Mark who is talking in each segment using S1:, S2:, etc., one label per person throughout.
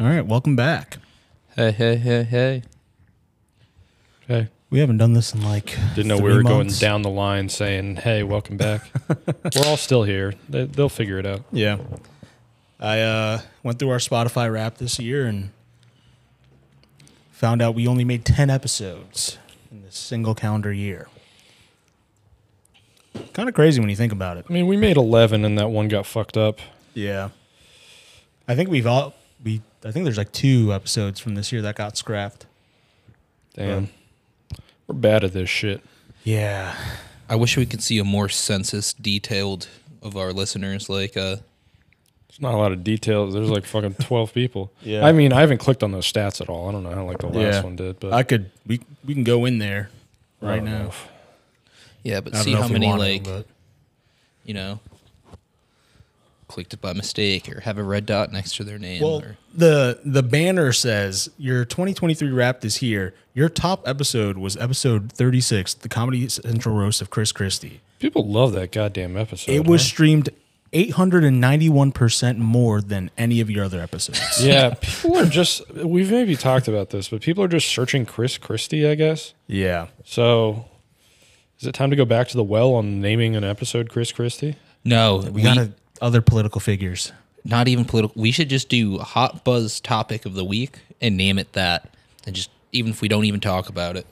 S1: All right, welcome back.
S2: Hey, hey, hey, hey.
S3: Hey,
S1: We haven't done this in like
S3: didn't know we
S1: three
S3: were
S1: months.
S3: going down the line saying, "Hey, welcome back." we're all still here. They, they'll figure it out.
S1: Yeah, I uh, went through our Spotify rap this year and found out we only made ten episodes in this single calendar year. Kind of crazy when you think about it.
S3: I mean, we made eleven, and that one got fucked up.
S1: Yeah, I think we've all we. I think there's like two episodes from this year that got scrapped.
S3: Damn, we're bad at this shit.
S1: Yeah,
S2: I wish we could see a more census detailed of our listeners. Like, uh,
S3: There's not a lot of details. There's like fucking twelve people.
S1: Yeah.
S3: I mean, I haven't clicked on those stats at all. I don't know how like the last
S1: Yeah.
S3: one did, but
S1: I could. We we can go in there
S3: I
S1: right
S3: don't
S1: now.
S3: know.
S2: yeah, but
S1: I don't
S2: see
S1: know
S2: how
S1: if we
S2: many
S1: want to,
S2: like
S1: but-
S2: you know clicked it by mistake or have a red dot next to their name.
S1: Well,
S2: or,
S1: the the banner says your 2023 wrap is here. Your top episode was episode 36, the Comedy Central roast of Chris Christie.
S3: People love that goddamn episode.
S1: It was
S3: huh?
S1: streamed 891 percent more than any of your other episodes.
S3: yeah, people are just. We've maybe talked about this, but people are just searching Chris Christie, I guess.
S1: yeah,
S3: So, is it time to go back to the well on naming an episode Chris Christie?
S2: no, we,
S1: we got to other political figures.
S2: not even political. We should just do a hot buzz topic of the week and name it that, and just even if we don't even talk about it.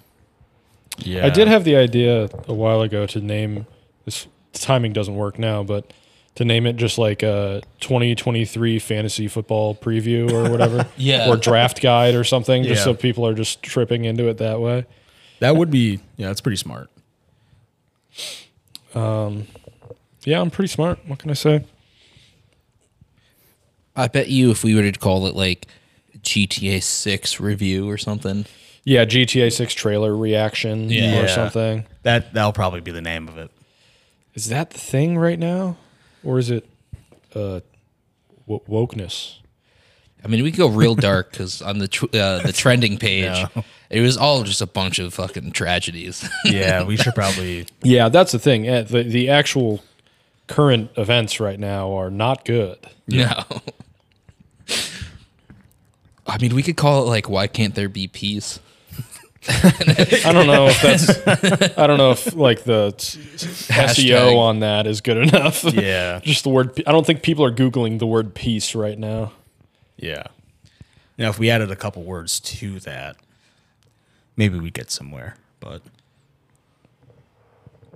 S1: Yeah,
S3: I did have the idea a while ago to name this. Timing doesn't work now, but to name it just like a 2023 fantasy football preview or whatever,
S2: Yeah.
S3: or draft guide or something, just
S1: Yeah.
S3: so people are just tripping into it that way.
S1: that would be yeah, that's pretty smart.
S3: Yeah, I'm pretty smart. What can I say?
S2: I bet you if we were to call it like GTA Six review or something.
S3: Yeah, GTA 6 trailer reaction
S2: Yeah.
S1: Yeah.
S3: or something.
S1: That that'll probably be the name of it.
S3: Is that the thing right now, or is it uh, w- wokeness?
S2: I mean, we could go real dark because on the tr- uh, the trending page, it was all just a bunch of fucking tragedies.
S1: Yeah, we should probably
S3: Yeah, that's the thing. Eh, The, the actual current events right now are not good.
S2: No. I mean, we could call it like, why can't there be peace?
S3: I don't know if that's. I don't know if like the s- s-
S2: Hashtag.
S3: SEO on that is good enough.
S1: Yeah.
S3: just the word. pe- I don't think people are googling the word peace right now.
S1: Yeah. Now, if we added a couple words to that, maybe we get somewhere. But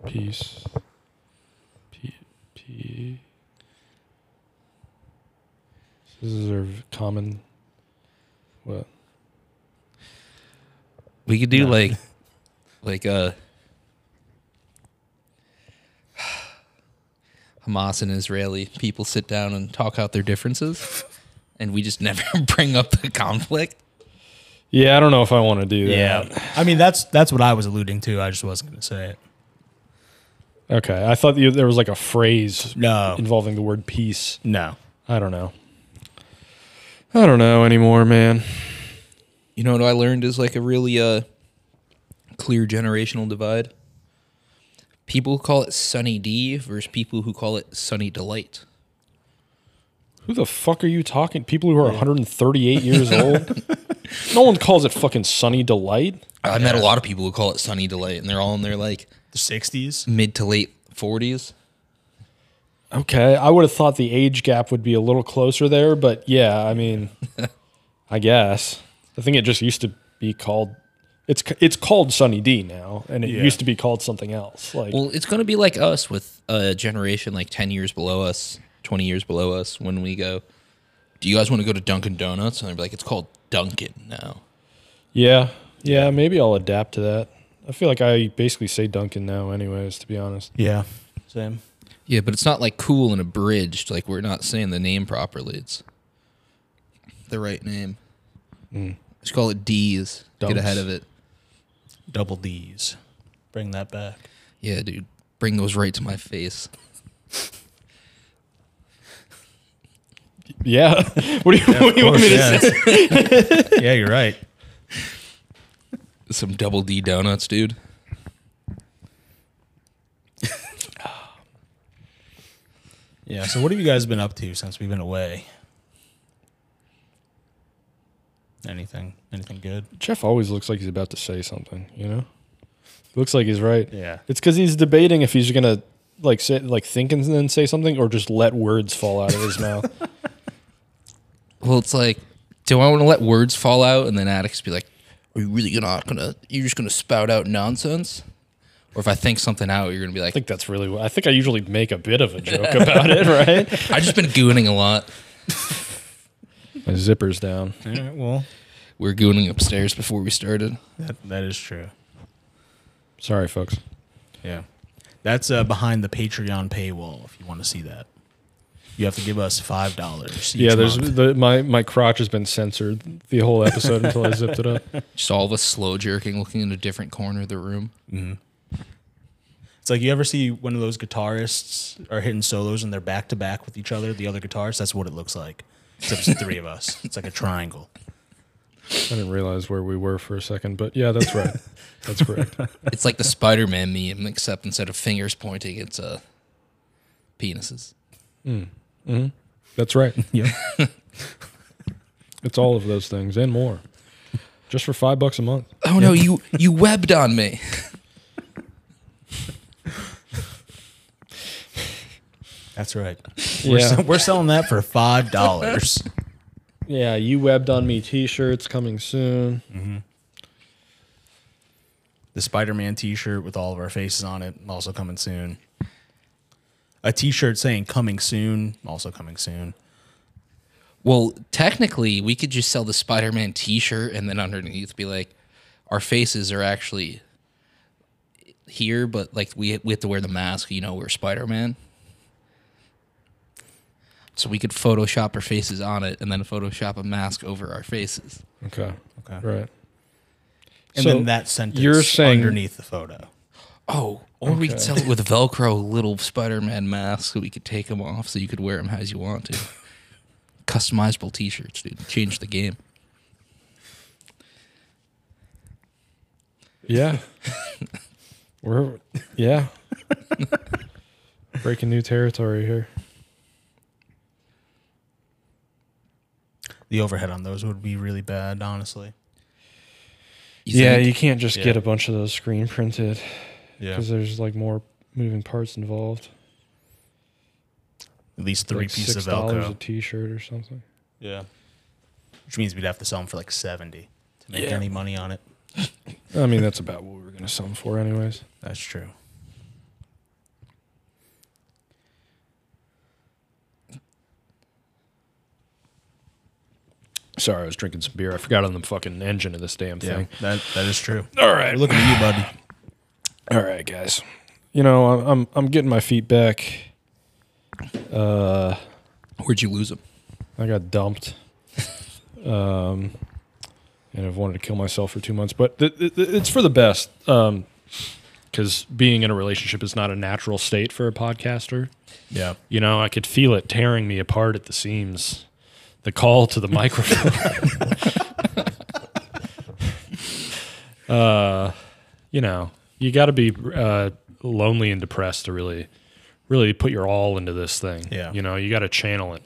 S3: Peace. Pe- pe- This is our common. What?
S2: We could do like, like uh, Hamas and Israeli people sit down and talk out their differences, and we just never bring up the conflict.
S3: Yeah, I don't know if I want to do that.
S1: I mean that's that's what I was alluding to. I just wasn't going to say it.
S3: Okay, I thought you, there was like a phrase
S1: No.
S3: involving the word peace.
S1: No.
S3: I don't know. I don't know anymore, man.
S2: You know what I learned is like a really uh, clear generational divide. People who call it Sunny D versus people who call it Sunny Delight.
S3: Who the fuck are you talking? People who are 138 years old. no one calls it fucking sunny delight.
S2: I met a lot of people who call it Sunny Delight, and they're all in their like
S1: The 60s?
S2: mid to late forties.
S3: Okay, I would have thought the age gap would be a little closer there, but yeah, I mean, I guess I think it just used to be called. It's c- it's called Sunny D now, and it
S1: Yeah.
S3: used to be called something else. Like
S2: Well, it's going to be like us with a generation like ten years below us, twenty years below us. When we go, do you guys want to go to Dunkin' Donuts? And they're like, it's called Dunkin' now.
S3: Yeah. Yeah, maybe I'll adapt to that. I feel like I basically say Duncan now anyways, to be honest.
S1: Yeah. Same.
S2: Yeah, but it's not like cool and abridged. Like we're not saying the name properly. It's the right name. Let's call it D's.
S3: Dunks.
S2: Get ahead of it.
S1: Double D's. Bring that back.
S2: Yeah, dude. Bring those right to my face.
S3: Yeah. what do you, what do you want me to say?
S1: yeah, you're right.
S2: Some double D donuts, dude.
S1: Yeah. So what have you guys been up to since we've been away? Anything? Anything good?
S3: Jeff always looks like he's about to say something, you know? Looks like he's right.
S1: Yeah.
S3: It's because he's debating if he's gonna like say like think and then say something or just let words fall out of his mouth.
S2: Well, it's like, do I want to let words fall out and then addicts be like, are you really not gonna? You're just gonna spout out nonsense? Or if I think something out, you're gonna be
S3: I
S2: like,
S3: think that's really what I think I usually make a bit of a joke about it, right?
S2: I've just been gooning a lot.
S3: My zipper's down.
S1: All right, well,
S2: We are gooning upstairs before we started.
S1: that, that is true.
S3: Sorry folks.
S1: Yeah. That's uh, behind the Patreon paywall if you want to see that. You have to give us $5.
S3: yeah, there's the, my my crotch has been censored the whole episode until I zipped it up.
S2: Just all of us slow jerking, looking in a different corner of the room.
S1: It's like you ever see one of those guitarists are hitting solos and they're back to back with each other, the other guitarists. That's what it looks like. Except it's three of us. It's like a triangle.
S3: I didn't realize where we were for a second, but yeah, that's right. That's correct.
S2: It's like the Spider-Man meme, except instead of fingers pointing, it's uh, penises.
S3: That's right.
S1: Yeah.
S3: It's all of those things and more. Just for five bucks a month.
S2: Oh no, you you webbed on me.
S1: That's right. We're, sell- we're selling that for $5.
S3: Yeah, you webbed on me t-shirts coming soon.
S1: the Spider Man t shirt with all of our faces on it, also coming soon. A t shirt saying coming soon, also coming soon.
S2: Well, technically, we could just sell the Spider-Man T-shirt and then underneath be like, our faces are actually here, but like we we have to wear the mask. You know, we're Spider-Man. So we could Photoshop our faces on it, and then Photoshop a mask over our faces.
S3: Okay.
S1: Okay.
S3: Right.
S1: And
S3: So,
S1: then that sentence
S3: you're saying-
S1: underneath the photo.
S2: Oh, or we could sell it with Velcro little Spider-Man masks, so we could take them off, so you could wear them as you want to. Customizable T-shirts, dude. Change the game.
S3: Yeah. We're yeah. Breaking new territory here.
S1: The overhead on those would be really bad, honestly.
S2: You
S3: yeah,
S2: think?
S3: you can't just
S1: Yeah.
S3: get a bunch of those screen printed
S1: Yeah.
S3: because there's like more moving parts involved.
S1: At least three
S3: like
S1: pieces of
S3: $6 a
S1: Velcro.
S3: t-shirt or something.
S1: Yeah. Which means we'd have to sell them for like 70 to make
S2: Yeah.
S1: any money on it.
S3: I mean, that's about what we were going to sell them for anyways.
S1: That's true.
S3: Sorry, I was drinking some beer. I forgot on the fucking engine of this damn
S1: Yeah.
S3: thing.
S1: That, that is true.
S3: All right.
S1: Look at you, buddy.
S3: All right, guys. You know, I'm I'm, I'm getting my feet back. Uh,
S2: Where'd you lose them?
S3: I got dumped. um, and I've wanted to kill myself for two months, but th- th- th- it's for the best. Um, because being in a relationship is not a natural state for a podcaster.
S1: Yeah.
S3: You know, I could feel it tearing me apart at the seams. The call to the microphone. uh, you know, you got to be uh, lonely and depressed to really, really put your all into this thing.
S1: Yeah.
S3: You know, you got to channel it.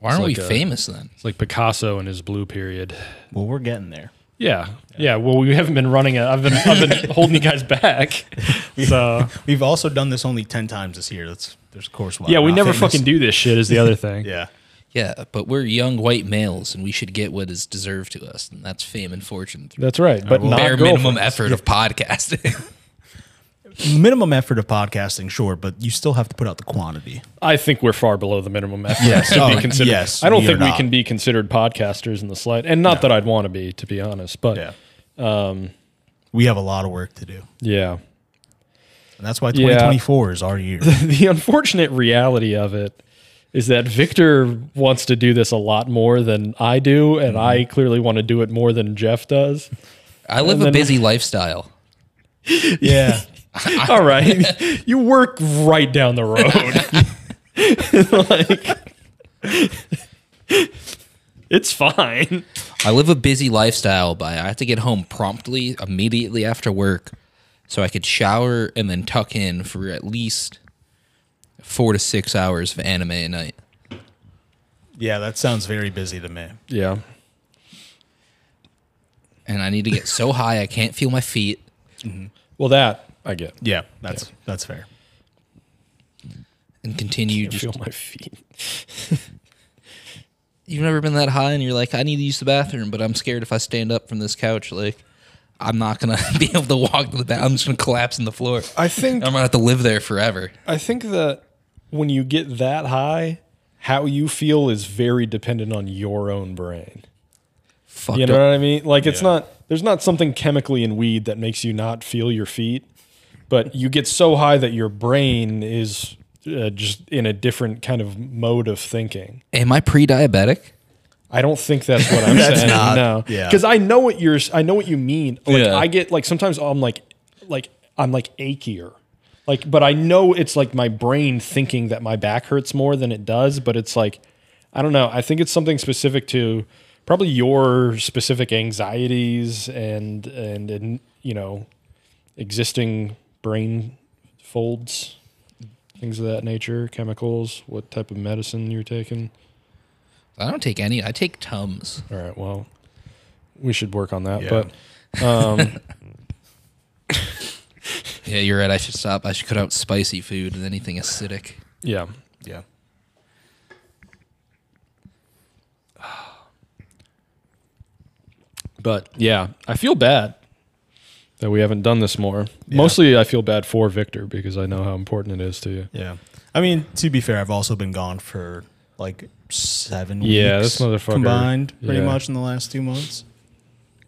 S2: Why aren't
S3: like
S2: we
S3: a-
S2: famous then?
S3: It's like Picasso in his blue period.
S1: Well, we're getting there.
S3: Yeah. Yeah. Well, we haven't been running it. I've been, I've been holding you guys back. So,
S1: We've also done this only 10 times this year. That's, there's of course why.
S3: yeah,
S1: we're
S3: we
S1: not
S3: never
S1: famous.
S3: fucking do this shit, is the other thing.
S1: Yeah.
S2: Yeah, but we're young white males, and we should get what is deserved to us, and that's fame and fortune through
S3: That's right. But not
S2: bare minimum
S3: girlfriends.
S2: effort of podcasting.
S1: minimum effort of podcasting, sure, but you still have to put out the quantity.
S3: I think we're far below the minimum effort.
S1: Yes.
S3: to be
S1: Oh,
S3: considered.
S1: yes,
S3: I don't
S1: we
S3: think
S1: are
S3: we
S1: not.
S3: can be considered podcasters in the slight, and not that I'd want to be, to be honest. But yeah, Um,
S1: we have a lot of work to do, and that's why
S3: Yeah.
S1: 2024 is our year.
S3: the unfortunate reality of it is that Victor wants to do this a lot more than I do,
S1: Mm-hmm.
S3: and I clearly want to do it more than Jeff does.
S2: I live a busy lifestyle.
S1: yeah,
S3: All right, you work right down the road. like, it's fine.
S2: I live a busy lifestyle by I have to get home promptly, immediately after work, so I could shower and then tuck in for at least four to six hours of anime a night.
S1: yeah, that sounds very busy to me.
S3: Yeah.
S2: and I need to get so high I can't feel my feet.
S3: Well, that I get.
S1: Yeah, that's that's fair.
S2: And continue just
S3: Feel my feet.
S2: you've never been that high and you're like, I need to use the bathroom, but I'm scared if I stand up from this couch, like I'm not gonna be able to walk to the bathroom. I'm just gonna collapse on the floor.
S3: I think
S2: I'm gonna have to live there forever.
S3: I think that when you get that high, how you feel is very dependent on your own brain.
S2: Fucked
S3: You know
S2: up.
S3: what I mean? Like it's
S1: Yeah.
S3: not there's not something chemically in weed that makes you not feel your feet, but you get so high that your brain is uh, just in a different kind of mode of thinking.
S2: Am I pre-diabetic?
S3: I don't think that's what I'm
S1: That's
S3: saying.
S1: not-
S3: no,
S1: yeah.
S3: because I know what you're. I know what you mean. Like
S2: Yeah.
S3: I get like sometimes I'm like, like I'm like achier, like but I know it's like my brain thinking that my back hurts more than it does. But it's like, I don't know. I think it's something specific to probably your specific anxieties and and, and you know existing brain folds, things of that nature, chemicals, what type of medicine you're taking.
S2: I don't take any. I take Tums.
S3: All right. Well, we should work on that.
S1: Yeah.
S3: But um,
S2: Yeah, you're right. I should stop. I should cut out spicy food and anything acidic.
S3: yeah,
S1: Yeah.
S3: but yeah, I feel bad that we haven't done this more. Mostly, I feel bad for Victor because I know how important it is to you.
S1: Yeah. I mean, to be fair, I've also been gone for like seven
S3: Yeah,
S1: weeks
S3: this motherfucker-
S1: combined pretty
S3: yeah.
S1: much in the last two months.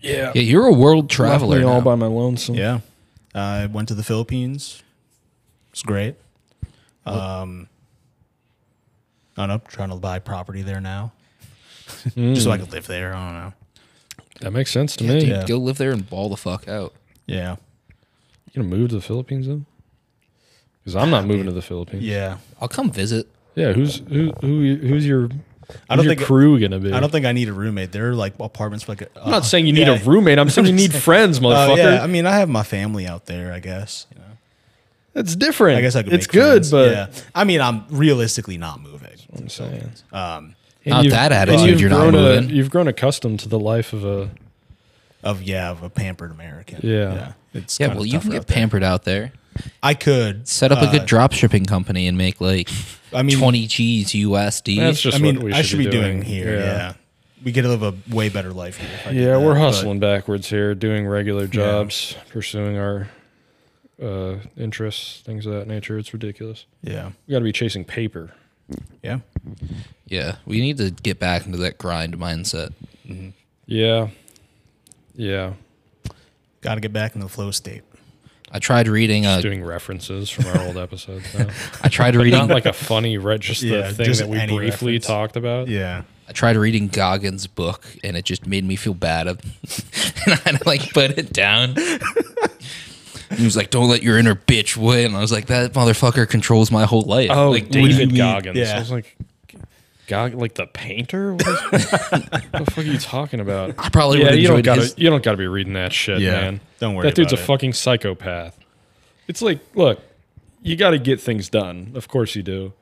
S3: Yeah,
S2: Yeah, you're a world
S3: left
S2: traveler.
S3: me all
S2: now.
S3: by my lonesome.
S1: Yeah. I went to the Philippines. It's great. Um, I don't know. Trying to buy property there now.
S3: Hmm.
S1: Just so I could live there. I don't know.
S3: that makes sense to
S2: Yeah,
S3: me.
S2: dude,
S1: Yeah.
S2: go live there and ball the fuck out.
S1: Yeah.
S3: You gonna move to the Philippines though? Because I'm not moving to the Philippines.
S1: Yeah.
S2: I'll come visit.
S3: Yeah, who's who? who who's your?
S1: I don't
S3: who's your
S1: think
S3: crew gonna be.
S1: I don't think I need a roommate. There are like apartments for like uh,
S3: I'm not saying you need
S1: yeah.
S3: a roommate. I'm saying you need friends, motherfucker.
S1: Uh, yeah, I mean, I have my family out there. I guess. You know,
S3: That's different.
S1: I guess I could.
S3: It's
S1: make
S3: good,
S1: friends.
S3: but
S1: yeah. I mean, I'm realistically not moving.
S3: I'm saying.
S1: Um,
S3: And
S2: Not
S3: you've-
S2: that
S3: and
S2: attitude,
S3: you've
S2: you're not
S3: grown a-
S2: moving.
S3: you've grown accustomed to the life of a.
S1: of yeah, of a pampered American.
S3: Yeah.
S1: It's
S2: Yeah,
S1: kinda
S2: well, you
S1: tough
S2: can
S1: out
S2: get
S1: there.
S2: pampered out there.
S1: I could
S2: Set up
S1: uh,
S2: a good drop shipping company and make like
S1: I mean,
S2: 20 G's USD.
S3: That's just
S1: I mean,
S3: what we
S1: I should be doing, here. Yeah.
S3: Yeah,
S1: we could live a way better life here. if I did
S3: Yeah, we're
S1: that, but
S3: hustling backwards here, doing regular jobs, pursuing our uh, interests, things of that nature. It's ridiculous.
S1: Yeah,
S3: We got to be chasing paper.
S1: yeah.
S2: yeah, we need to get back into that grind mindset.
S3: Yeah, yeah.
S1: Got to get back into the flow state.
S2: I tried reading
S3: Just
S2: a,
S3: doing references from our old episodes. Now.
S2: I tried reading
S3: Not like a funny, re- just
S1: Yeah,
S3: the thing
S1: just
S3: that we
S1: any
S3: briefly
S1: reference.
S3: talked about.
S1: Yeah,
S2: I tried reading Goggins' book and it just made me feel bad. and I had to like put it down. he was like, "Don't let your inner bitch win." And I was like, "That motherfucker controls my whole life."
S3: Oh,
S2: like, what do you
S3: David
S2: mean?
S3: Goggins.
S1: Yeah.
S3: I was like, Gog, like the painter? What, is, what the fuck are you talking about?
S2: I probably
S3: yeah,
S2: would
S3: you don't
S2: enjoyed
S3: gotta
S2: his.
S3: you don't gotta be reading that shit,
S1: Yeah,
S3: man.
S1: don't worry
S3: That dude's
S1: about
S3: a
S1: it.
S3: fucking psychopath. It's like, look, you got to get things done. Of course you do.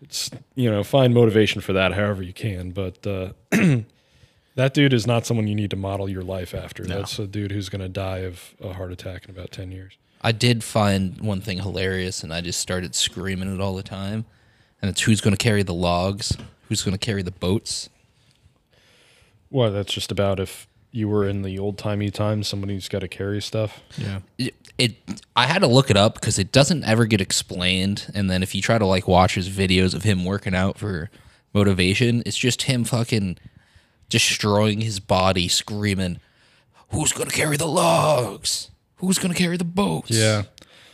S3: It's you know, find motivation for that however you can. But uh, that dude is not someone you need to model your life after. That's a dude who's gonna die of a heart attack in about ten years.
S2: I did find one thing hilarious, and I just started screaming it all the time. And it's who's going to carry the logs? Who's going to carry the boats?
S3: Well, that's just about if you were in the old timey times, somebody's got to carry stuff.
S1: yeah.
S2: It, it I had to look it up because it doesn't ever get explained. And then if you try to like watch his videos of him working out for motivation, it's just him fucking destroying his body, screaming, "Who's going to carry the logs? Who's going to carry the boats?"
S3: Yeah.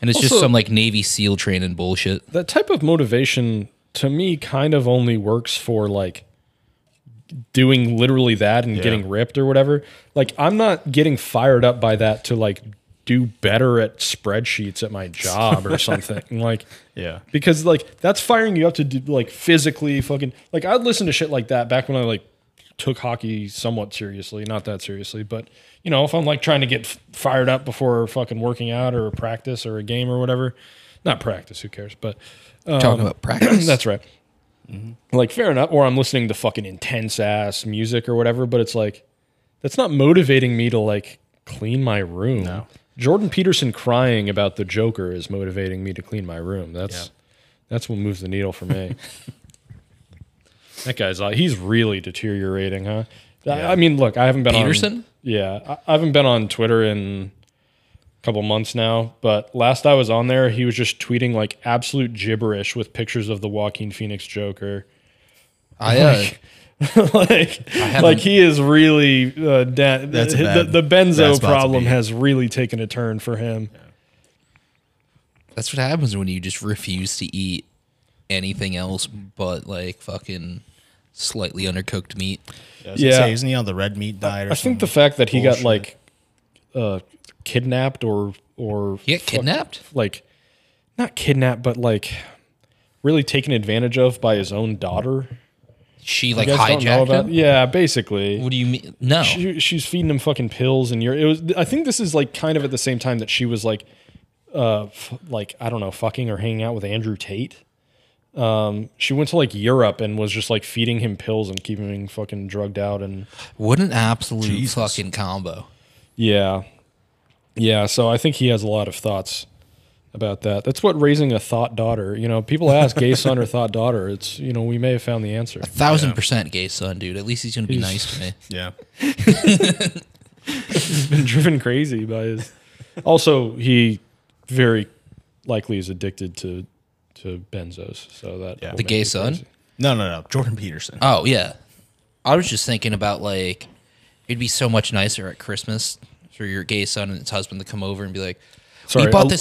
S2: And it's just
S3: Also-
S2: some like Navy SEAL training bullshit.
S3: that type of motivation to me kind of only works for like doing literally that and getting ripped or whatever. Like I'm not getting fired up by that to like do better at spreadsheets at my job or something. like
S1: Yeah.
S3: because like that's firing you up to do like physically fucking like I'd listen to shit like that back when I like took hockey somewhat seriously, not that seriously, but you know, if I'm like trying to get f- fired up before fucking working out or a practice or a game or whatever, not practice, who cares, but
S2: Talking about practice.
S3: Oh, that's right.
S1: Mm-hmm.
S3: Like fair enough. Or I'm listening to fucking intense ass music or whatever, but it's like That's not motivating me to like clean my room.
S1: No.
S3: Jordan Peterson crying about the Joker is motivating me to clean my room. That's
S1: Yeah.
S3: that's what moves the needle for me. that guy's uh, he's really deteriorating, huh? I, I mean, look, I haven't been on
S2: Peterson?
S3: Yeah, I, I haven't been on Twitter in a couple months now, but last I was on there, he was just tweeting like absolute gibberish with pictures of the Joaquin Phoenix Joker.
S1: Oh,
S2: I uh,
S3: like, like he is really uh, da-
S1: That's a
S3: the,
S1: bad-
S3: the
S1: bad
S3: benzo
S1: spot to
S3: problem
S1: be.
S3: has really taken a turn for him.
S2: that's what happens when you just refuse to eat anything else but like fucking slightly undercooked meat.
S1: I was gonna
S3: Yeah.
S1: say, isn't he on the red meat diet? Or
S3: I think the
S1: something?
S3: fact that he got
S1: bullshit.
S3: like uh, kidnapped or or
S2: You get
S3: fuck-
S2: kidnapped?
S3: like not kidnapped, but like really taken advantage of by his own daughter.
S2: She
S3: You
S2: like
S3: guys don't know
S2: hijacked
S3: about-
S2: him.
S3: Yeah, basically.
S2: What do you mean? No.
S3: she, she's feeding him fucking pills and you're it was i think this is like kind of at the same time that she was like uh f- like i don't know fucking or hanging out with andrew tate um she went to like europe and was just like feeding him pills and keeping him fucking drugged out and
S2: what an absolute
S1: Jesus.
S2: fucking combo.
S3: yeah yeah so i think he has a lot of thoughts about that that's what raising a thought daughter you know people ask gay son or thought daughter it's you know we may have found the answer
S2: Thousand percent gay son, dude. At least he's gonna be
S3: He's-
S2: nice to me.
S1: yeah.
S3: been driven crazy by his. Also, he very likely is addicted to to benzos. So that
S1: Yeah.
S3: will
S1: The
S3: make
S2: gay
S3: you
S2: son?
S3: crazy.
S1: No, no, no. Jordan Peterson.
S2: Oh yeah. I was just thinking about like it'd be so much nicer at Christmas for your gay son and his husband to come over and be like,
S3: Sorry,
S2: we bought
S3: al-
S2: this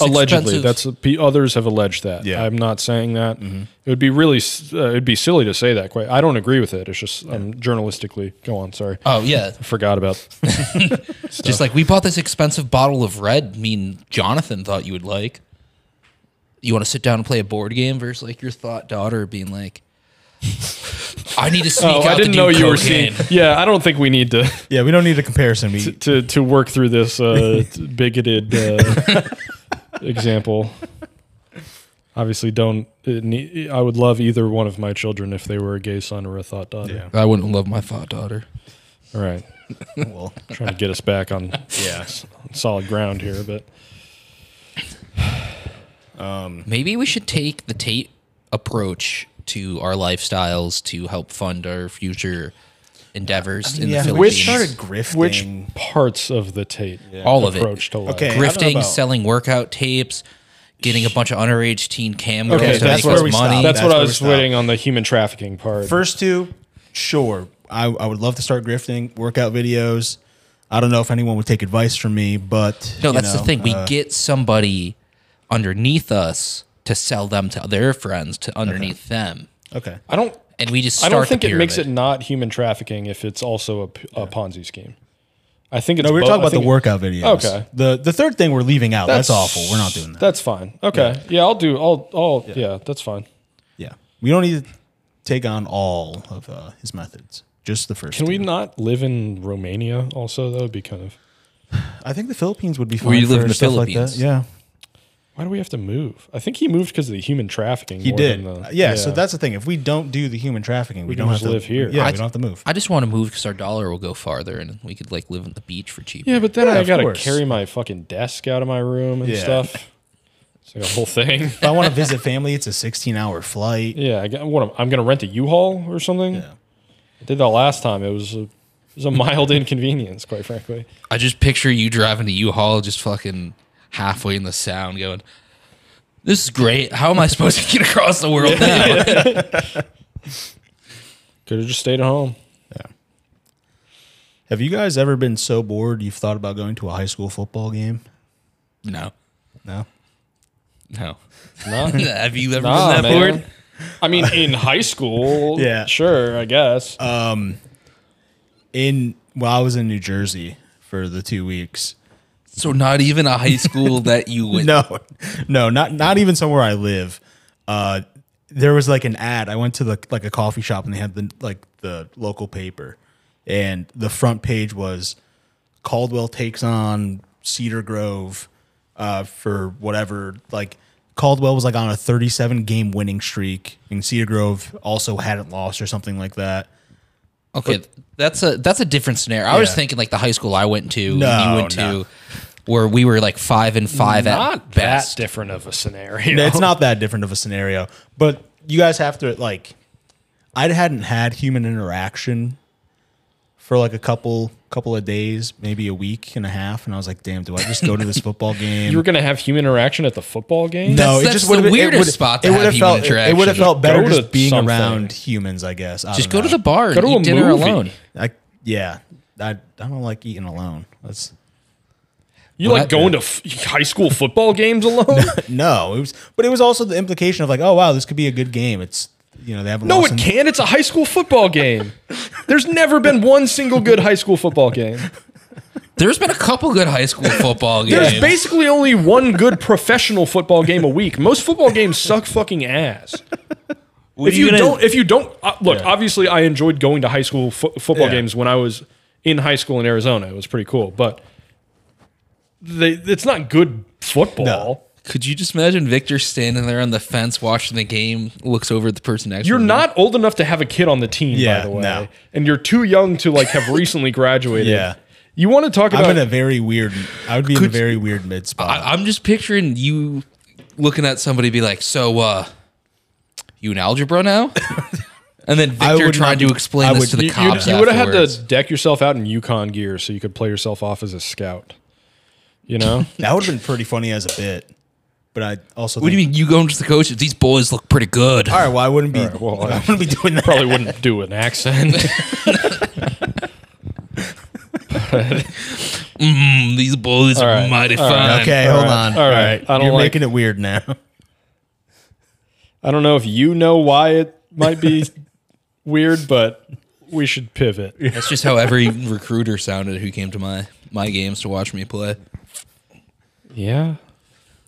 S2: expensive-
S3: allegedly.
S2: Mm-hmm.
S3: That's the others have alleged that.
S1: Yeah.
S3: I'm not saying that. It would be really s- uh, it'd be silly to say that. Quite, I don't agree with it. It's just um, journalistically. Go on. Sorry,
S2: Oh yeah.
S3: I forgot about. Oh.
S2: Just like we bought this expensive bottle of red. Mean Jonathan thought you would like. You want to sit down and play a board game versus like your thought daughter being like, "I need to sneak
S3: oh,
S2: out."
S3: I didn't
S2: to
S3: know
S2: do
S3: you were
S2: cocaine."
S3: seeing. Yeah, I don't think we need to
S1: Yeah, we don't need a comparison. We,
S3: to, to work through this uh, bigoted uh, example. Obviously, don't. It, ne- I would love either one of my children if they were a gay son or a thought daughter.
S1: yeah.
S2: I wouldn't love my thought daughter.
S3: All right,
S1: Well,
S3: trying to get us back on
S1: yeah.
S3: solid ground here, but
S2: Maybe we should take the Tate approach to our lifestyles to help fund our future endeavors in the
S1: yeah.
S2: Philippines.
S1: Which started grifting.
S3: which parts of the Tate
S2: All of it.
S3: approach to life?
S1: Okay, I don't know
S2: grifting,
S1: about-
S2: selling workout tapes, getting a bunch of underage teen cam girls
S3: Okay,
S2: to
S3: that's
S2: make
S3: where
S2: us
S1: we
S2: money.
S1: stop.
S3: that's, what
S1: That's
S3: I
S1: where
S3: was
S1: we stop.
S3: waiting on the human trafficking part.
S1: First two, sure. I, I would love to start grifting, workout videos. I don't know if anyone would take advice from me, but
S2: No,
S1: you
S2: that's
S1: know,
S2: the thing. We
S1: uh,
S2: get somebody underneath us to sell them to their friends to underneath them,
S1: okay.
S3: I don't.
S2: and we just
S3: I
S2: start.
S3: don't think
S2: the
S3: it makes it
S2: pyramid.
S3: not human trafficking if it's also a, p- a Ponzi scheme. I think it's.
S1: No, we were
S3: bo-
S1: talking
S3: I
S1: about the
S3: think-
S1: workout videos.
S3: Okay.
S1: The the third thing we're leaving out. That's, awful. We're not doing that.
S3: That's fine. Okay. Yeah, I'll do. I'll. I'll. Yeah. that's fine.
S1: Yeah. We don't need to take on all of uh, his methods. Just the first.
S3: Can we
S1: two.
S3: not live in Romania? Also, that would be kind of.
S1: I think the Philippines would be fine.
S2: Where you live
S1: for
S2: in the
S1: stuff Like
S2: Philippines.
S1: that. Yeah.
S3: Why do we have to move? I think he moved because of the human trafficking.
S1: He
S3: more
S1: did.
S3: than
S1: Uh,
S3: the-
S1: yeah, So that's the thing. If we don't do the human trafficking, we, don't
S3: can
S1: have
S3: just
S1: to
S3: live here.
S1: Yeah.
S2: I-
S1: we don't have to move.
S2: I just want to move because our dollar will go farther, and we could like live on the beach for cheap.
S3: Yeah, but then
S1: Yeah,
S3: I
S1: of
S3: gotta
S1: course.
S3: carry my fucking desk out of my room and
S1: Yeah.
S3: stuff. It's like a whole thing.
S1: if I want to visit family, it's a 16 hour flight.
S3: yeah. I got, what am- I'm gonna rent a U-Haul or something.
S1: Yeah.
S3: I did that last time. It was a, it was a mild inconvenience, quite frankly.
S2: I just picture you driving to U-Haul, just fucking halfway in the sound, going, "This is great. How am I supposed to get across the world now?"
S3: Could have just stayed at home.
S1: Have you guys ever been so bored you've thought about going to a high school football game?
S2: No,
S1: No.
S2: no.
S3: Nah.
S2: Have you ever
S3: Nah,
S2: been that
S3: man.
S2: bored?
S3: I mean, in high school,
S1: Yeah. Uh,
S3: sure, I guess.
S1: In well, I was in New Jersey for the two weeks.
S2: So not even a high school that you went.
S1: No, no, not not even somewhere I live. Uh, there was like an ad. I went to the like a coffee shop and they had the like the local paper, and the front page was Caldwell takes on Cedar Grove uh, for whatever. Like Caldwell was like on a 37 game winning streak, and Cedar Grove also hadn't lost or something like that.
S2: Okay, that's a that's a different scenario. I was
S1: Yeah.
S2: thinking like the high school I went to, and
S1: No,
S2: you went
S1: no.
S2: to, where we were like five and five
S3: Not
S2: at best.
S3: that different of a scenario.
S1: No,
S2: Oh.
S1: It's not that different of a scenario, but you guys have to like. I hadn't had human interaction for like a couple couple of days, maybe a week and a half, and I was like, "Damn, do I just go to this football game?"
S3: You were going to have human interaction at the football game?
S2: That's-
S1: no, it
S2: that's
S1: just
S2: the
S1: would have
S2: weirdest
S1: it would,
S2: spot to
S1: it
S2: have
S1: would've
S2: human
S1: felt, It, would have
S2: interaction.
S1: felt better
S3: Go to
S1: just being
S3: something.
S1: around humans, I guess. I
S2: Just
S1: don't
S2: go to the
S1: know.
S2: bar
S3: Go
S2: and
S3: to
S2: eat
S3: a
S2: dinner
S3: movie.
S2: alone.
S1: I, yeah, I, I don't like eating alone. That's
S3: You
S2: Well,
S3: like
S2: that-
S3: going to f- high school football games alone?
S1: no, it was, but it was also the implication of like, oh wow, this could be a good game. It's you know they haven't.
S3: no,
S1: lost
S3: it
S1: in-
S3: can't. It's a high school football game. There's never been one single good high school football game.
S2: There's been a couple good high school football
S3: There's
S2: games.
S3: basically only one good professional football game a week. Most football games suck fucking ass.
S4: What
S3: if
S4: are
S3: you,
S4: gonna-
S3: don't, if you don't, uh, look. Obviously, I enjoyed going to high school fo- football
S1: Yeah.
S3: games when I was in high school in Arizona. It was pretty cool, but they, it's not good football.
S1: No.
S2: Could you just imagine Victor standing there on the fence watching the game, looks over at the person next
S3: You're
S2: to him?
S3: not old enough to have a kid on the team,
S1: Mm-hmm. Yeah,
S3: by the way,
S1: no.
S3: and you're too young to like have recently graduated.
S1: Yeah.
S3: You want to talk
S1: I'm
S3: about
S1: in a very weird. I would be in a very weird mid spot.
S2: I, I'm just picturing you looking at somebody be like, "So, uh, you in algebra now?" and then
S1: I
S2: Victor
S1: would
S2: trying
S1: not be-
S2: to explain
S1: I
S2: this
S1: would-
S2: to the
S1: you- you-
S2: cops.
S3: you would have had
S2: afterwards.
S3: to deck yourself out in Yukon gear so you could play yourself off as a scout. You know,
S1: that would have been pretty funny as a bit, but I also.
S2: What do you mean? You going to the coach? These boys look pretty good.
S1: All right, well I wouldn't be.
S3: well,
S1: I
S3: I-
S1: wouldn't be doing that.
S3: probably wouldn't do an accent.
S2: Mm, these boys are
S3: right.
S2: mighty fine.
S1: Okay, hold on.
S3: All right. I don't
S1: You're
S3: like.
S1: making it weird now.
S3: I don't know if you know why it might be weird, but we should pivot.
S2: That's just how every recruiter sounded who came to my my games to watch me play.
S3: Yeah.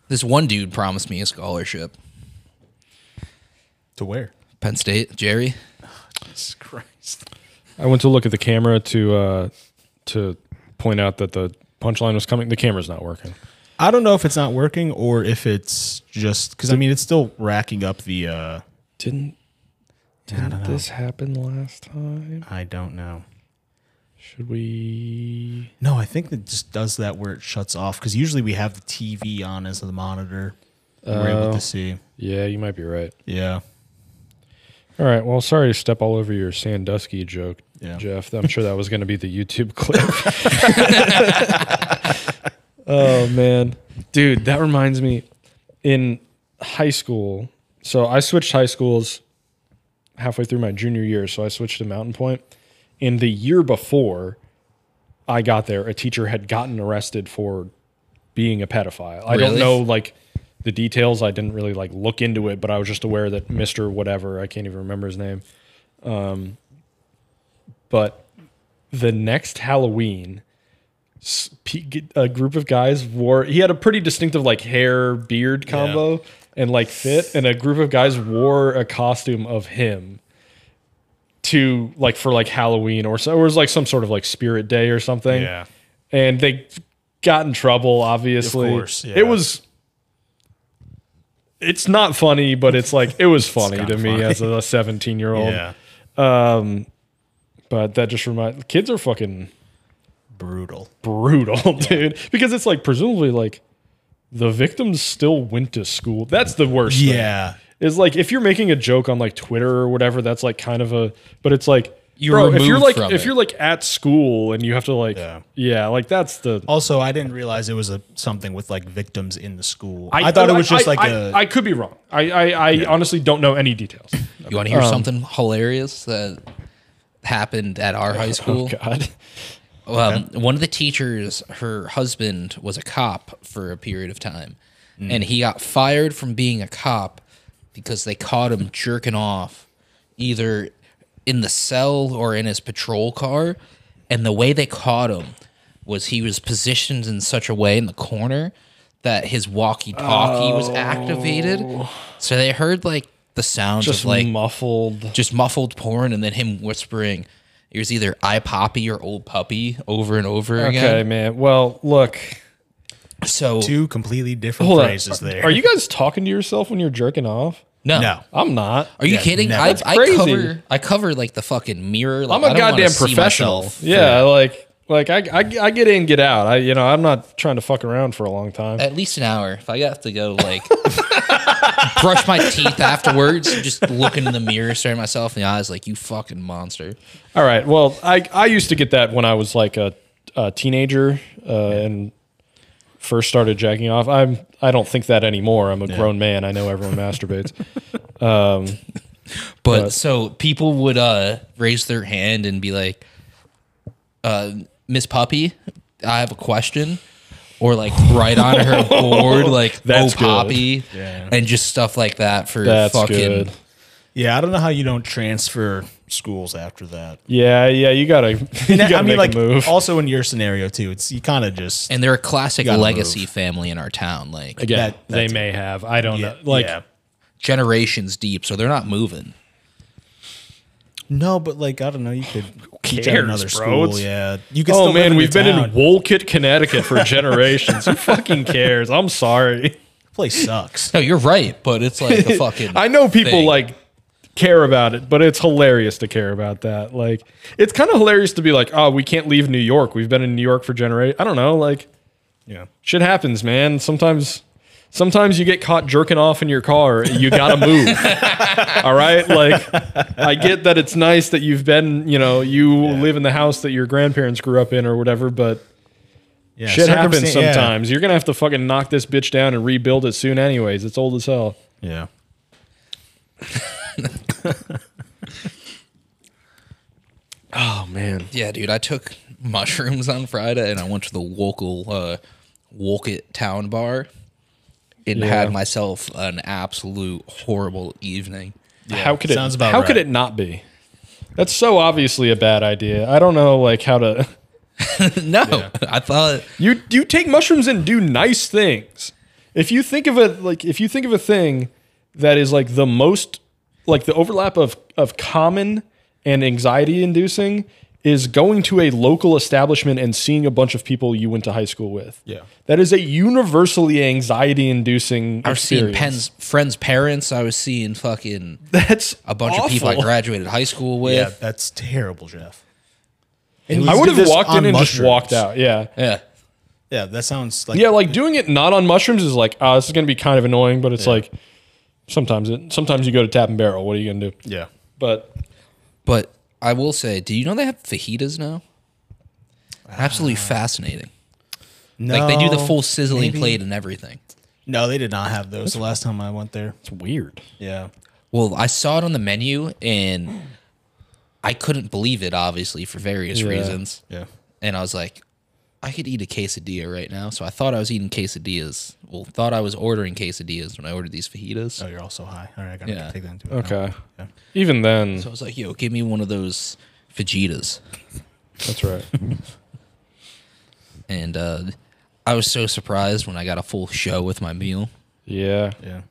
S2: This one dude promised me a scholarship.
S1: to where?
S2: Penn State, Jerry.
S1: Jesus Christ.
S3: I went to look at the camera to uh, to point out that the punchline was coming. The camera's not working.
S1: I don't know if it's not working or if it's just because I mean it's still racking up the. uh
S3: Didn't didn't this happen last time?
S1: I don't know.
S3: Should we?
S1: No, I think it just does that where it shuts off because usually we have the TV on as the monitor. and we're able
S3: Oh.
S1: to see.
S3: Yeah, you might be right.
S1: Yeah.
S3: All right. Well, sorry to step all over your Sandusky joke,
S1: Yeah.
S3: Jeff. I'm sure that was going to be the YouTube clip. oh man, dude, that reminds me. In high school, so I switched high schools halfway through my junior year. So I switched to Mountain Point. And the year before I got there, a teacher had gotten arrested for being a pedophile. I don't
S2: Really?
S3: know like the details. I didn't really like look into it, but I was just aware that Mr. Whatever, I can't even remember his name. Um, but the next Halloween, s- pe- g- a group of guys wore. He had a pretty distinctive like hair beard combo and like fit, and a group of guys wore a costume of him to like for like Halloween or so, or it was like some sort of like spirit day or something. and they got in trouble. Obviously,
S1: course, yeah.
S3: it was. It's not funny, but it's like it was funny
S1: kinda
S3: to me
S1: funny.
S3: as a seventeen-year-old.
S1: Yeah.
S3: But that just reminds kids are fucking
S1: Brutal.
S3: brutal, dude. Because it's like presumably like the victims still went to school. That's the worst. thing.
S1: Yeah.
S3: Is like if you're making a joke on like Twitter or whatever, that's like kind of a but it's like
S2: You're
S3: bro, if you're
S2: removed
S3: like
S2: from
S3: if
S2: it.
S3: you're like at school and you have to like
S1: Yeah. Oh,
S3: yeah, like that's the
S1: Also, I didn't realize it was a something with like victims in the school. I, thought it was just
S3: I-
S1: like
S3: I-
S1: a
S3: I could be wrong. I I, I honestly don't know any details.
S2: You want to hear something hilarious that happened at our high school?
S3: Oh God.
S2: Um, One of the teachers, her husband was a cop for a period of time, and he got fired from being a cop because they caught him jerking off either in the cell or in his patrol car. And the way they caught him was he was positioned in such a way in the corner that his walkie talkie was activated. So they heard like the sounds
S3: Just
S2: of like
S3: muffled.
S2: just muffled porn and then him whispering it was either i poppy or old puppy over and over
S3: Okay,
S2: again
S3: man. Well, look.
S2: so
S1: two completely different
S3: Hold on.
S1: phrases there.
S3: Are you guys talking to yourself when you're jerking off?
S2: No.
S1: No.
S3: I'm not.
S2: Are you
S1: Yeah,
S2: kidding?
S1: no.
S2: I,
S1: That's
S2: I
S3: crazy.
S2: cover I cover like the fucking mirror. Like,
S3: I'm a
S2: I don't wanna
S3: goddamn
S2: see
S3: professional.
S2: myself.
S3: Yeah, like like I, I I get in, get out. I you know I'm not trying to fuck around for a long
S1: Uh,
S3: time.
S2: At least an hour. If I have to go like brush my teeth afterwards, just looking in the mirror, staring myself in the eyes like you fucking monster.
S3: All right. Well, I I used to get that when I was like a, a teenager uh, and first started jacking off. I'm I don't think that anymore. I'm a grown man. I know everyone masturbates.
S2: But so people would uh raise their hand and be like, uh, Miss Puppy, I have a question. Or like right on her board, like
S3: That's
S2: oh
S3: good.
S2: Poppy,
S1: Yeah.
S2: and just stuff like that for
S3: That's
S2: fucking
S3: good.
S1: Yeah, I don't know how you don't transfer schools after that.
S3: Yeah, yeah. You gotta. You gotta
S1: I mean,
S3: make
S1: like,
S3: a move.
S1: also in your scenario too, it's you kind of just
S2: and they're a classic
S1: gotta
S2: legacy
S1: move.
S2: family in our town, like
S3: Again,
S1: that-
S3: they
S1: that's-
S3: may have. I don't
S1: yeah,
S3: know. Like oh,
S1: yeah.
S2: generations deep, so they're not moving.
S1: no, but like I don't know, you could teach at
S3: cares,
S1: another
S3: bro?
S1: school.
S3: It's-
S1: yeah, you could.
S3: Oh
S1: still live
S3: man,
S1: in
S3: we've
S1: the
S3: been in
S1: town.
S3: Wolcott, Connecticut for generations. Who fucking cares? I'm sorry.
S1: place sucks.
S2: No, you're right, but it's like a fucking.
S3: I know people
S2: thing.
S3: like care about it, but it's hilarious to care about that. Like it's kind of hilarious to be like, "Oh, we can't leave New York. We've been in New York for generations." I don't know, like
S1: yeah,
S3: shit happens, man. Sometimes sometimes you get caught jerking off in your car. You got to move. All right? Like I get that it's nice that you've been, you know, you live in the house that your grandparents grew up in or whatever, but
S1: yeah.
S3: Shit happens
S1: circumstan- yeah.
S3: sometimes. You're gonna have to fucking knock this bitch down and rebuild it soon, anyways. It's old as hell.
S1: Yeah.
S3: Oh man.
S2: Yeah, dude, I took mushrooms on Friday and I went to the local uh, Wolcott Town Bar and
S3: Yeah.
S2: had myself an absolute horrible evening.
S3: how could it?
S1: sounds about
S3: how could
S1: right.
S3: it not be? That's so obviously a bad idea. I don't know, like how to.
S2: no, I thought
S3: You you take mushrooms and do nice things. If you think of a like, if you think of a thing that is like the most, like the overlap of of common and anxiety inducing is going to a local establishment and seeing a bunch of people you went to high school with.
S1: Yeah.
S3: That is a universally anxiety inducing.
S2: I was seeing Penn's friends' parents. I was seeing fucking
S3: That's
S2: a bunch of people I
S3: awful.
S2: graduated high school with.
S1: Yeah, that's terrible, Jeff. And you
S3: I
S1: did
S3: would have
S1: this
S3: walked
S1: on
S3: in and just
S1: mushrooms.
S3: walked out. Yeah.
S2: yeah.
S1: Yeah, that sounds like
S3: Yeah, like doing it not on mushrooms is like, oh, this is gonna be kind of annoying, but it's like sometimes it sometimes you go to tap and barrel. What are you gonna do?
S1: yeah.
S3: But
S2: But I will say, do you know they have fajitas now? Absolutely
S3: Uh,
S2: fascinating.
S1: No,
S2: Like they do the full sizzling
S1: maybe-
S2: plate and everything.
S1: No, they did not have those the last time I went there.
S3: it's weird.
S1: Yeah.
S2: Well, I saw it on the menu and I couldn't believe it, obviously, for various reasons.
S1: Yeah.
S2: And I was like, I could eat a quesadilla right now. So I thought I was eating quesadillas. Well, thought I was ordering quesadillas when I ordered these fajitas.
S1: Oh, you're also high. All right, I gotta
S2: Yeah.
S1: take that into account.
S3: Okay.
S1: Yeah.
S3: Even then
S2: So I was like, yo, give me one of those fajitas.
S3: that's right.
S2: And uh, I was so surprised when I got a full show with my meal.
S3: Yeah.
S1: Yeah.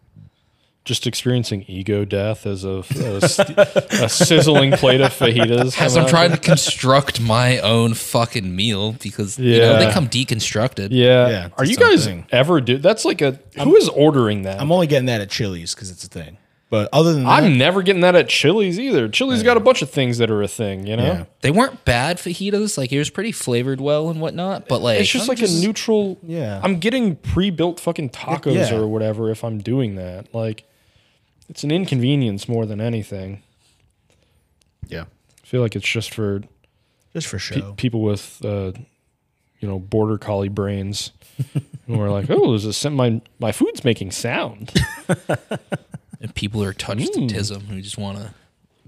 S3: Just experiencing ego death as a, a, st- a sizzling plate of
S2: As
S3: fajitas. coming
S2: I'm
S3: out.
S2: trying to construct my own fucking meal because, you know, they
S3: Yeah.
S2: come deconstructed.
S3: Yeah.
S1: Yeah,
S3: Are
S1: it's
S3: you
S1: its own
S3: guys
S1: thing.
S3: ever do that's like a who is ordering that?
S1: I'm only getting that at Chili's because it's a thing. But other than that,
S3: I'm never getting that at Chili's either. Chili's got a bunch of things that are a thing, you know?
S1: yeah.
S2: They weren't bad fajitas. Like it was pretty flavored well and whatnot. But like
S3: It's just like a neutral.
S1: Yeah.
S3: I'm getting pre-built fucking tacos
S1: Yeah.
S3: or whatever if I'm doing that. Like, it's an inconvenience more than anything.
S1: yeah, Oh.
S3: I feel like it's just for
S1: just for
S3: pe-
S1: show.
S3: people with, uh, you know, border collie brains who are like, oh, there's a sen- my my food's making sound.
S2: and people who are touched
S3: Mm.
S2: to tism who just want to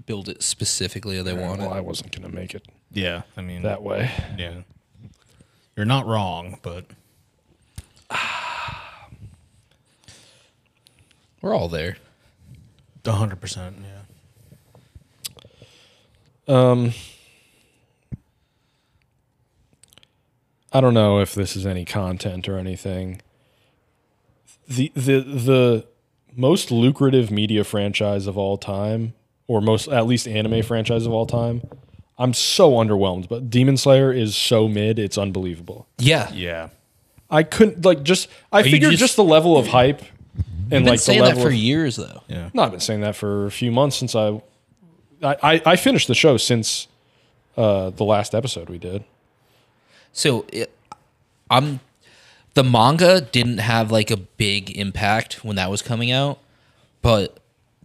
S2: build it specifically how they want
S3: well,
S2: it.
S3: I wasn't gonna make it
S1: yeah, I mean,
S3: that way.
S1: yeah, you're not wrong, but
S2: We're all there.
S1: 100. percent Yeah.
S3: Um, I don't know if this is any content or anything. The the the most lucrative media franchise of all time, or most at least anime franchise of all time. I'm so underwhelmed, but Demon Slayer is so mid, it's unbelievable.
S2: Yeah.
S1: Yeah.
S3: I couldn't like just I
S2: you
S3: figured
S2: just-
S3: just, the level of hype and
S2: been
S3: like the
S2: saying that
S3: level.
S2: for
S3: of-
S2: years though.
S1: Yeah.
S3: no, I've been saying that for a few months since I, I, I, I finished the show since uh, the last episode we did.
S2: So it, I'm the manga didn't have like a big impact when that was coming out, but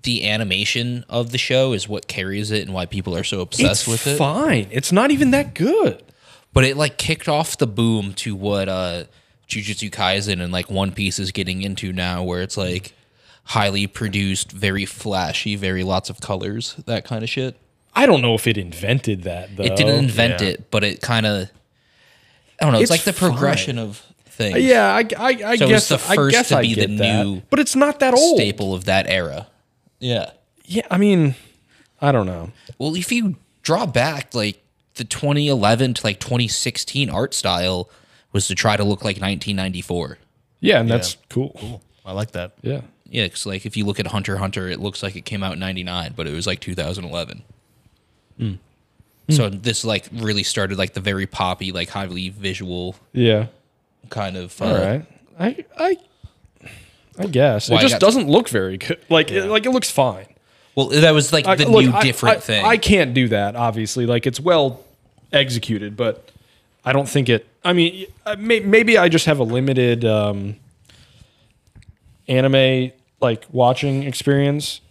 S2: the animation of the show is what carries it and why people are so obsessed with
S3: it's
S2: it.
S3: fine. It's not even that good.
S2: But it like kicked off the boom to what uh Jujutsu Kaisen and like One Piece is getting into now where it's like highly produced, very flashy, very lots of colors, that kind of shit. Oh,
S3: I don't know if it invented that though.
S2: It didn't invent it, but it kind of I don't know, it's,
S3: It's
S2: like the progression of things.
S3: Yeah, I, I, I
S2: So it's
S3: guess
S2: the
S3: I
S2: first
S3: guess
S2: to
S3: I
S2: be the
S3: get that.
S2: new
S3: but it's not that old.
S2: staple of that era. Yeah.
S3: Yeah, I mean, I don't know.
S2: Well, if you draw back like the 2011 to like 2016 art style was to try to look like 1994.
S3: Yeah, and that's cool.
S1: Cool. I like that.
S3: Yeah,
S2: Yeah, 'cause, like if you look at Hunter x Hunter, it looks like it came out in 99, but it was like 2011.
S3: Hmm.
S2: So this like really started like the very poppy, like highly visual
S3: yeah.
S2: kind of. Uh,
S3: All right. I, I, I guess
S2: Well, I
S3: it just
S2: got-
S3: doesn't look very good. Like, it, like it looks fine.
S2: Well, that was like
S3: I-
S2: the
S3: look,
S2: new
S3: I-
S2: different
S3: I-
S2: thing.
S3: I can't do that, obviously. Like it's well executed, but I don't think it. I mean, I may, maybe I just have a limited um, anime like watching experience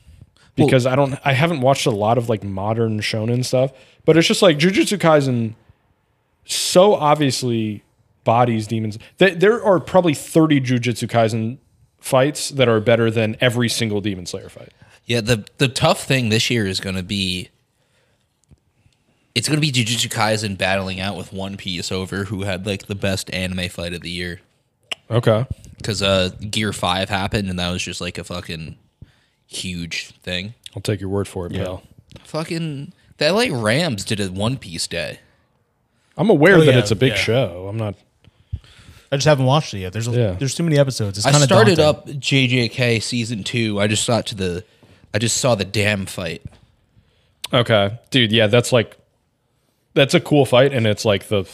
S3: because I don't. I haven't watched a lot of like modern shonen stuff, but it's just like Jujutsu Kaisen. So obviously, bodies demons. Th- there are probably thirty Jujutsu Kaisen fights that are better than every single Demon Slayer fight.
S2: Yeah, the the tough thing this year is going to be it's going to be Jujutsu Kaisen battling out with One Piece over who had like the best anime fight of the year
S3: Okay.
S2: cuz uh Gear 5 happened and that was just like a fucking huge thing.
S3: I'll take your word for it, pal.
S2: Fucking the LA Rams did a One Piece day.
S3: I'm aware that
S1: yeah,
S3: it's a big
S1: yeah.
S3: show. I'm not.
S1: I just haven't watched it yet. There's a,
S3: Yeah.
S1: there's too many episodes. It's
S2: I
S1: kind of
S2: started
S1: daunting.
S2: up JJK season 2. I just saw it to the I just saw the damn fight.
S3: Okay, dude. Yeah, that's like, that's a cool fight, and it's like the,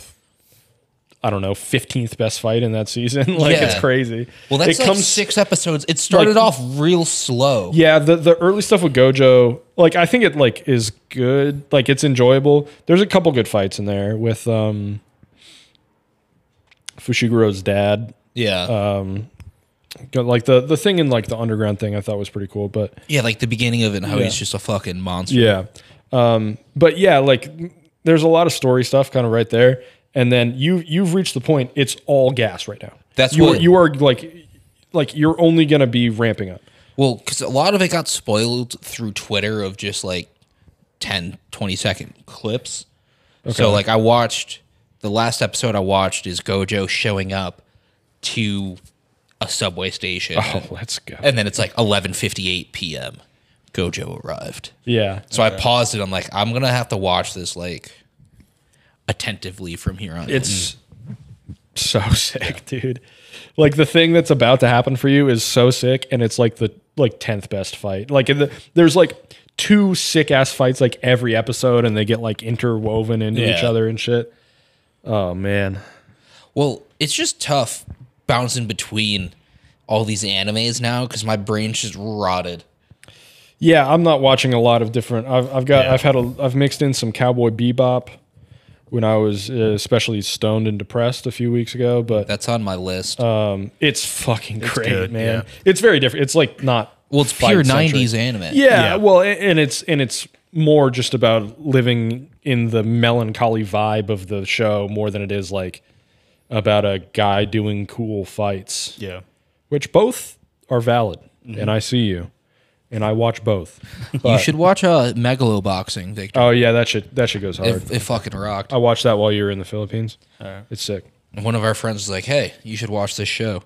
S3: I don't know, fifteenth best fight in that season. like it's
S2: Yeah.
S3: crazy.
S2: Well, that's
S3: it
S2: like six episodes. It started off real slow.
S3: Yeah, the the early stuff with Gojo, like I think it like is good. Like it's enjoyable. There's a couple good fights in there with um, Fushiguro's dad.
S2: Yeah.
S3: Uh, Got, Like the the thing in like the underground thing, I thought was pretty cool, but.
S2: yeah, like the beginning of it and how he's just a fucking monster.
S3: Yeah. Um, but yeah, like m- there's a lot of story stuff kind of right there. And then you you've reached the point it's all gas right now.
S2: That's
S3: you are,
S2: good.
S3: you are like like you're only gonna be ramping up.
S2: Well, because a lot of it got spoiled through Twitter of just like 10, 20 second clips. So, like, I watched the last episode I watched is Gojo showing up to a subway station.
S3: Oh, let's go.
S2: And then it's like 11.58 p.m. Gojo arrived.
S3: Yeah.
S2: So I paused it. I'm like, I'm going to have to watch this like attentively from here on. out.
S3: It's so sick, dude. Like the thing that's about to happen for you is so sick, and it's like the like tenth best fight. Like in the, there's like two sick ass fights like every episode, and they get like interwoven into each
S2: Yeah.
S3: other and shit. Oh man.
S2: Well, it's just tough bouncing between all these animes now because my brain's just rotted.
S3: Yeah, I'm not watching a lot of different. I've, I've got. I've had. A, I've mixed in some Cowboy Bebop when I was uh, especially stoned and depressed a few weeks ago. But
S2: That's on my list.
S3: Uh, it's fucking great,
S1: good,
S3: man.
S1: yeah.
S3: It's very different. It's like not.
S2: well, it's
S3: fight
S2: pure
S3: centric.
S2: '90s anime.
S3: Yeah,
S1: Yeah.
S3: Well, a- and it's and it's more just about living in the melancholy vibe of the show more than it is like about a guy doing cool fights,
S1: Yeah.
S3: which both are valid. And I see you, and I watch both.
S2: you should watch uh, Megaloboxing, Victor.
S3: Oh yeah, that shit. That shit goes hard.
S2: it, it fucking rocked.
S3: I watched that while you were in the Philippines. It's sick.
S2: One of our friends was like, "Hey, you should watch this show."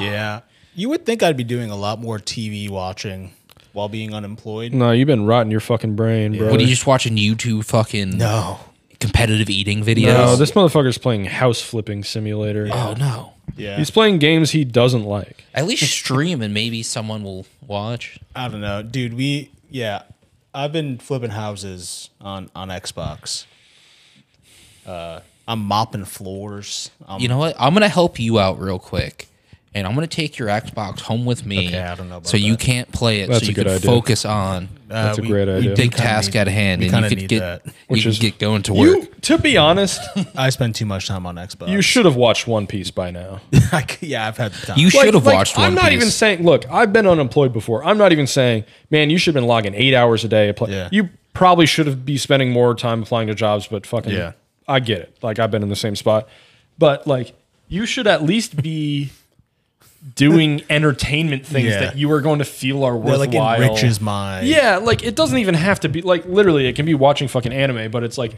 S1: Yeah. You would think I'd be doing a lot more TV watching while being unemployed.
S3: No, you've been rotting your fucking brain, bro.
S2: What are you just watching YouTube fucking
S1: No.
S2: competitive eating videos?
S3: no, this motherfucker's playing house flipping simulator.
S2: oh no.
S1: Yeah.
S3: He's playing games he doesn't like.
S2: At least stream and maybe someone will watch.
S1: I don't know, dude. We yeah, I've been flipping houses on on Xbox. Uh, I'm mopping floors. I'm, Um,
S2: You know what? I'm gonna help you out real quick. and I'm gonna take your Xbox home with me.
S1: Okay, I don't know about
S2: so you
S1: that.
S2: can't play it.
S3: That's
S2: so
S3: a
S2: you
S3: good
S2: can
S3: idea.
S2: focus on
S3: That's a great idea.
S2: big
S1: kinda
S2: task
S1: need-
S2: at hand,
S1: we
S2: and
S1: kinda
S2: you could
S1: need
S2: get
S1: that.
S2: you
S3: Which
S2: could
S3: is-
S2: get going to work.
S3: You, to be honest,
S1: I spend too much time on Xbox.
S3: you should have watched One Piece by now.
S1: I c- yeah, I've had the time.
S2: You should have
S3: Like- like,
S2: watched one.
S3: I'm not
S2: Piece.
S3: even saying. Look, I've been unemployed before. I'm not even saying, man, you should have been logging eight hours a day. Apply-
S1: Yeah.
S3: You probably should have be spending more time applying to jobs, but fucking,
S1: Yeah.
S3: I get it. Like I've been in the same spot, but like you should at least be doing entertainment things
S1: Yeah.
S3: that you are going to feel are
S1: That,
S3: worthwhile.
S1: like enriches my
S3: Yeah, like it doesn't even have to be like literally it can be watching fucking anime, but it's like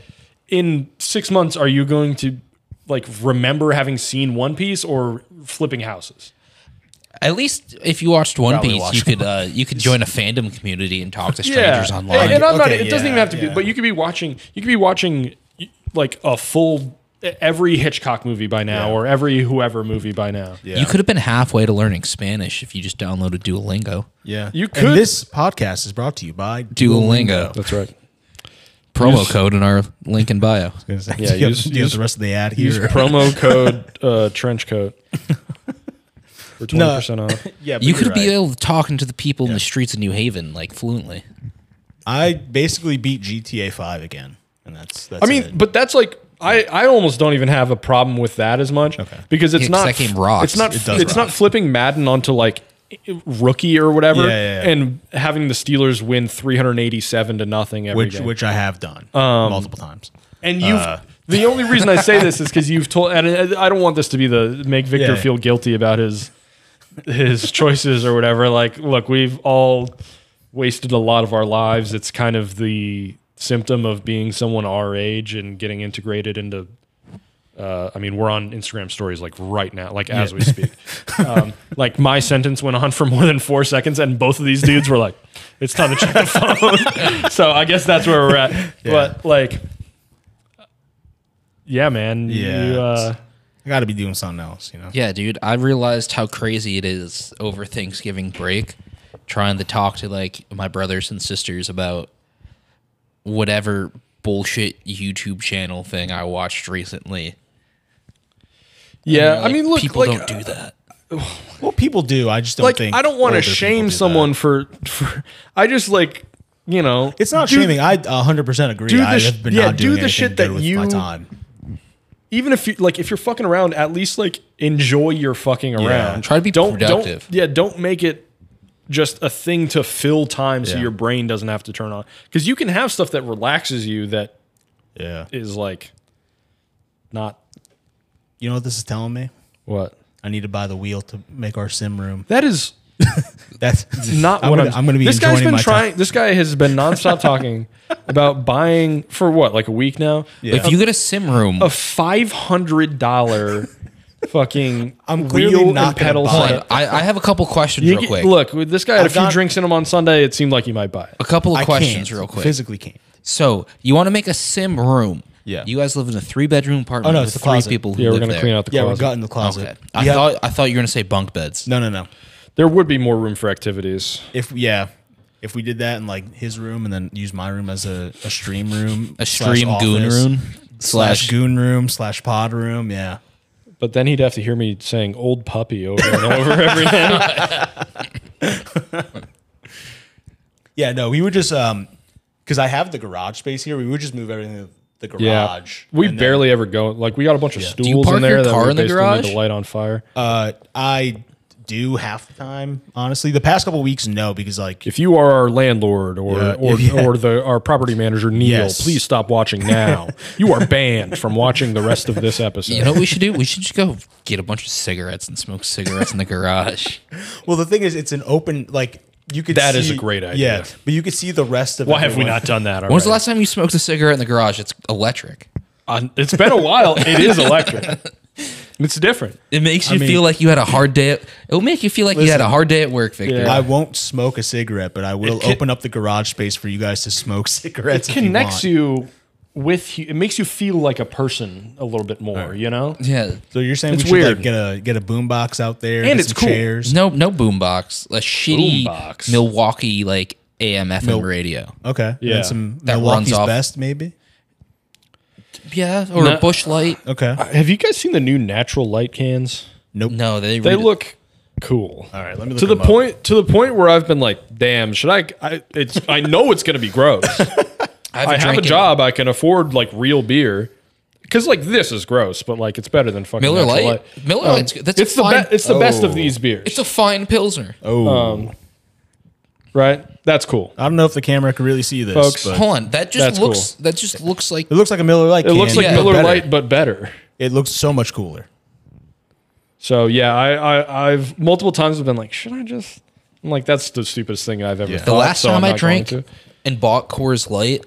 S3: in 6 months are you going to like remember having seen One Piece or flipping houses?
S2: At least if you watched One
S1: Probably
S2: Piece,
S1: watched
S2: you could uh, you could join a fandom community and talk to strangers
S3: yeah.
S2: online.
S3: And, and I'm not e-,
S1: Okay,
S3: it doesn't
S1: yeah,
S3: even have to
S1: yeah.
S3: be but you could be watching you could be watching like a full e, every Hitchcock movie by now or every whoever movie by now.
S1: yeah.
S2: You could have been halfway to learning Spanish if you just downloaded Duolingo.
S1: yeah.
S3: You
S1: And
S3: could-
S1: this podcast is brought to you by
S2: Duolingo.
S3: That's right.
S2: Promo
S3: Use-
S2: code in our link in bio.
S1: yeah,
S3: Yeah,
S1: you,
S3: use-
S1: have, do you have
S3: use-
S1: the rest of the ad
S3: Use
S1: here.
S3: promo code uh, trench coat for 20% off.
S1: yeah, but
S2: You
S1: you're
S2: could be
S1: right.
S2: able to talk to the people in the streets of New Haven like fluently.
S1: I basically beat GTA Five again, and that's that's.
S3: I mean,
S1: it.
S3: but that's like I, I almost don't even have a problem with that as much because
S2: Yeah,
S3: it's
S2: 'cause
S3: not
S2: that game rocks.
S3: it's not
S2: It
S1: does
S3: it's not
S1: rock.
S3: flipping Madden onto like e, rookie or whatever
S1: Yeah, yeah, yeah.
S3: and having the Steelers win 387 to nothing every
S1: which
S3: game.
S1: which I have done
S3: Um,
S1: multiple times.
S3: and you've the only reason I say this is cuz you've told and I I don't want this to be the make Victor
S1: Yeah.
S3: feel guilty about his his choices or whatever like look, we've all wasted a lot of our lives. It's kind of the symptom of being someone our age and getting integrated into uh, I mean, we're on Instagram stories like right now, like as we speak. Um, like my sentence went on for more than four seconds, and both of these dudes were like, "It's time to check the phone." so I guess that's where we're at. But like, yeah, man,
S1: Yeah.
S3: you, uh,
S1: I got to be doing something else, you know.
S2: Yeah, dude. I realized how crazy it is over Thanksgiving break trying to talk to like my brothers and sisters about whatever bullshit YouTube channel thing I watched recently.
S3: yeah. I
S2: Like,
S3: mean, look,
S2: people
S3: like, uh,
S2: don't do that.
S1: Well, people do. I just don't
S3: like
S1: think.
S3: I don't want to
S1: older people do
S3: shame
S1: that.
S3: someone for, for. I just like, you know,
S1: It's not
S3: do-
S1: shaming. I 100 percent agree.
S3: do the
S1: I
S3: sh-
S1: have been
S3: yeah,
S1: not
S3: do
S1: doing
S3: the
S1: anything
S3: shit
S1: good
S3: that
S1: with my
S3: you-
S1: time.
S3: even if you like if you're fucking around at least like enjoy your fucking around
S2: Try to be
S3: don't,
S2: productive.
S3: don't yeah don't make it just a thing to fill time so
S1: Yeah.
S3: your brain doesn't have to turn on because you can have stuff that relaxes you that
S1: Yeah.
S3: is like not
S1: You know what this is telling me?
S3: what
S1: I need to buy the wheel to make our sim room.
S3: that is
S1: That's
S3: not
S1: I'm
S3: what
S1: gonna,
S3: I'm,
S1: I'm going to be.
S3: This guy's
S1: enjoying
S3: been
S1: my
S3: trying.
S1: Time.
S3: This guy has been nonstop talking about buying for what like a week now.
S1: Yeah.
S2: If you get a sim room,
S3: A five hundred dollar fucking
S1: I'm
S3: wheel
S1: clearly
S3: and
S1: not gonna
S3: pedal
S1: buy
S2: hold
S1: it.
S2: on,
S3: setup.
S2: I, I have a couple questions
S3: You
S2: real
S3: get-
S2: quick.
S3: Look, this guy had a
S1: I've
S3: few
S1: got-
S3: drinks in him on Sunday. It seemed like he might buy it.
S2: a couple of
S1: I
S2: questions
S1: can't,
S2: real quick.
S1: Physically can't.
S2: So you want to make a sim room?
S1: Yeah.
S2: You guys live in a three bedroom apartment.
S1: Oh, no,
S2: with
S1: it's the
S2: three
S1: closet.
S2: people. Who
S3: Yeah, we're
S2: live
S3: gonna
S2: there.
S3: clean out the
S1: Yeah, we're
S3: closet.
S1: gutting the
S2: Okay.
S1: closet.
S2: I
S1: Yeah.
S2: thought I thought you were gonna say bunk beds.
S1: No, no, no.
S3: there would be more room for activities.
S1: If yeah, if we did that in like his room and then use my room as a, a stream room,
S2: A
S1: slash
S2: stream goon
S1: office,
S2: room
S1: slash goon room slash pod room. Yeah.
S3: But then he'd have to hear me saying "old puppy" over and over every night.
S1: Yeah, no, we would just um because I have the garage space here. We would just move everything to the
S3: Yeah,
S1: garage.
S3: we
S1: and then,
S3: barely ever go. Like we got a bunch of
S2: you
S3: stools
S2: park
S3: in there
S2: your
S3: that
S2: car
S3: we
S2: in the
S3: basically made
S2: garage?
S3: to light on fire.
S1: uh I do half the time, honestly. The past couple weeks, no, because like
S3: if you are our landlord or
S1: Yeah,
S3: or,
S1: yeah.
S3: or the our property manager Neil,
S1: Yes.
S3: please stop watching now. you are banned from watching the rest of this episode.
S2: You know what we should do? We should just go get a bunch of cigarettes and smoke cigarettes in the garage.
S1: well the thing is it's an open like you could
S3: That
S1: see,
S3: is a great idea.
S1: Yeah. But you could see the rest of
S3: Why have we
S1: everyone.
S3: not done that?
S2: When was the
S3: already?
S2: last time you smoked a cigarette in the garage? It's electric.
S3: Uh, it's been a while. It is electric. It's different.
S2: It makes you
S1: mean-
S2: feel like you had a hard day. At, it'll make you feel like you had a
S1: Listen.
S2: hard day at work, Victor.
S3: Yeah.
S1: I won't smoke a cigarette, but I will
S3: can-
S1: open up the garage space for you guys to smoke
S3: It
S1: cigarettes. if
S3: connects
S1: you. want.
S3: you with. It makes you feel like a person a little bit more. You know.
S2: Yeah.
S1: So you're saying
S3: It's
S1: we should
S3: weird.
S1: like get a get a boombox out there
S3: And
S1: get
S3: it's
S1: some
S3: cool.
S1: chairs.
S2: No, no boombox. A shitty
S3: Boombox.
S2: Milwaukee like AM FM radio.
S1: Okay. And
S3: Yeah.
S1: then some
S2: That runs
S1: Milwaukee's
S2: off-
S1: best maybe.
S2: Yeah, or
S3: No.
S2: a bush light.
S1: Okay.
S3: Have you guys seen the new natural light cans?
S1: Nope.
S2: No, they
S3: They
S2: read-
S3: look cool.
S1: All right, let me look
S3: to the
S1: them up.
S3: point to the point where I've been like, damn, should I? I it's I know it's gonna be gross. I have a
S2: drank in-
S3: job. I can afford like real beer. Because like this is gross, but like it's better than fucking
S2: Miller
S3: Natural Um,
S2: Lite? Miller Lite's good. That's a
S3: it's the
S2: fine-
S3: be- it's the best
S1: Oh.
S3: of these beers,
S2: It's a fine pilsner.
S1: Oh,
S3: Um, right? That's cool.
S1: I don't know if the camera can really see this,
S3: Folks.
S1: but
S2: Hold on, that just
S3: That's
S2: looks that just looks like
S1: it looks like a Miller Lite.
S3: It looks like
S2: Yeah,
S3: Miller
S1: better.
S3: Lite, but better.
S1: It looks so much cooler.
S3: So yeah, I, I I've multiple times have been like, should I just? I'm like, that's the stupidest thing I've ever.
S1: Yeah.
S3: thought,
S2: the last
S3: so I'm
S2: time I
S3: not going
S2: drank
S3: to.
S2: and bought Coors Light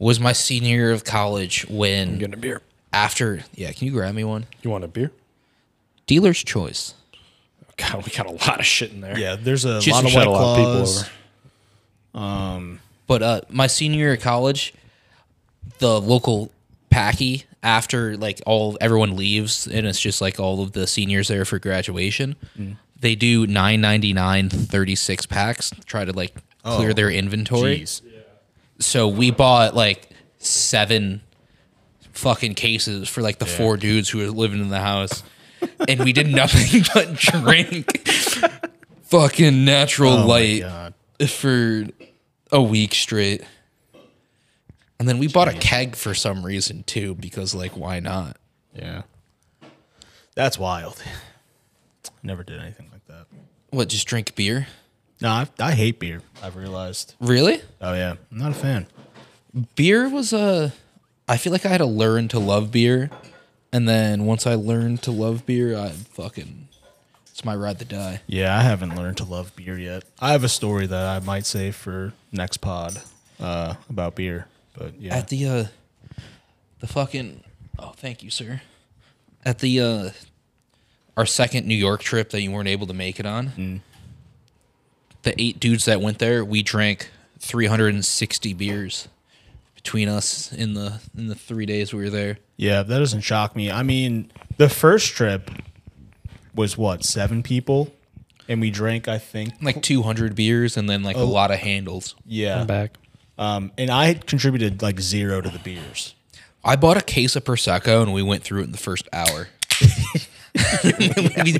S2: was my senior year of college when
S3: Getting a beer.
S2: after yeah, can you grab me one?
S3: You want a beer? Oh,
S2: Dealer's choice.
S3: God, we got a lot of shit in there.
S1: Yeah, there's a
S3: Just
S1: lot of
S3: shut
S1: white
S3: a lot of people
S1: claws.
S3: over.
S2: But uh, my senior year of college, the local packy after like all everyone leaves and it's just like all of the seniors there for graduation,
S1: Mm.
S2: they do 9.99 36 packs to try to like clear
S1: Oh,
S2: their inventory.
S1: Jeez.
S2: So we bought like seven fucking cases for like the four dudes who were living in the house. and we did nothing but drink fucking natural
S1: Oh my
S2: light
S1: God.
S2: for a week straight. And then we bought a keg for some reason too, because like why not?
S1: Yeah. That's wild. Never did anything like that.
S2: What, just drink beer?
S1: No, I, I hate beer. I've realized.
S2: Really?
S1: Oh yeah, I'm not a fan.
S2: Beer was a I feel like I had to learn to love beer. And then once I learned to love beer, I fucking it's my ride to die.
S1: Yeah, I haven't learned to love beer yet. I have a story that I might say for next pod uh, about beer, but yeah,
S2: at the uh the fucking oh thank you sir at the uh our second new york trip that you weren't able to make it on the eight dudes that went there we drank 360 beers between us in the in the three days we were there
S1: yeah, that doesn't shock me. I mean, the first trip was what seven people, and we drank I think
S2: like 200 beers and then like a lot of handles
S1: yeah,
S3: I'm back.
S1: um, and I contributed like zero to the beers.
S2: i bought a case of prosecco and we went through it in the first hour we,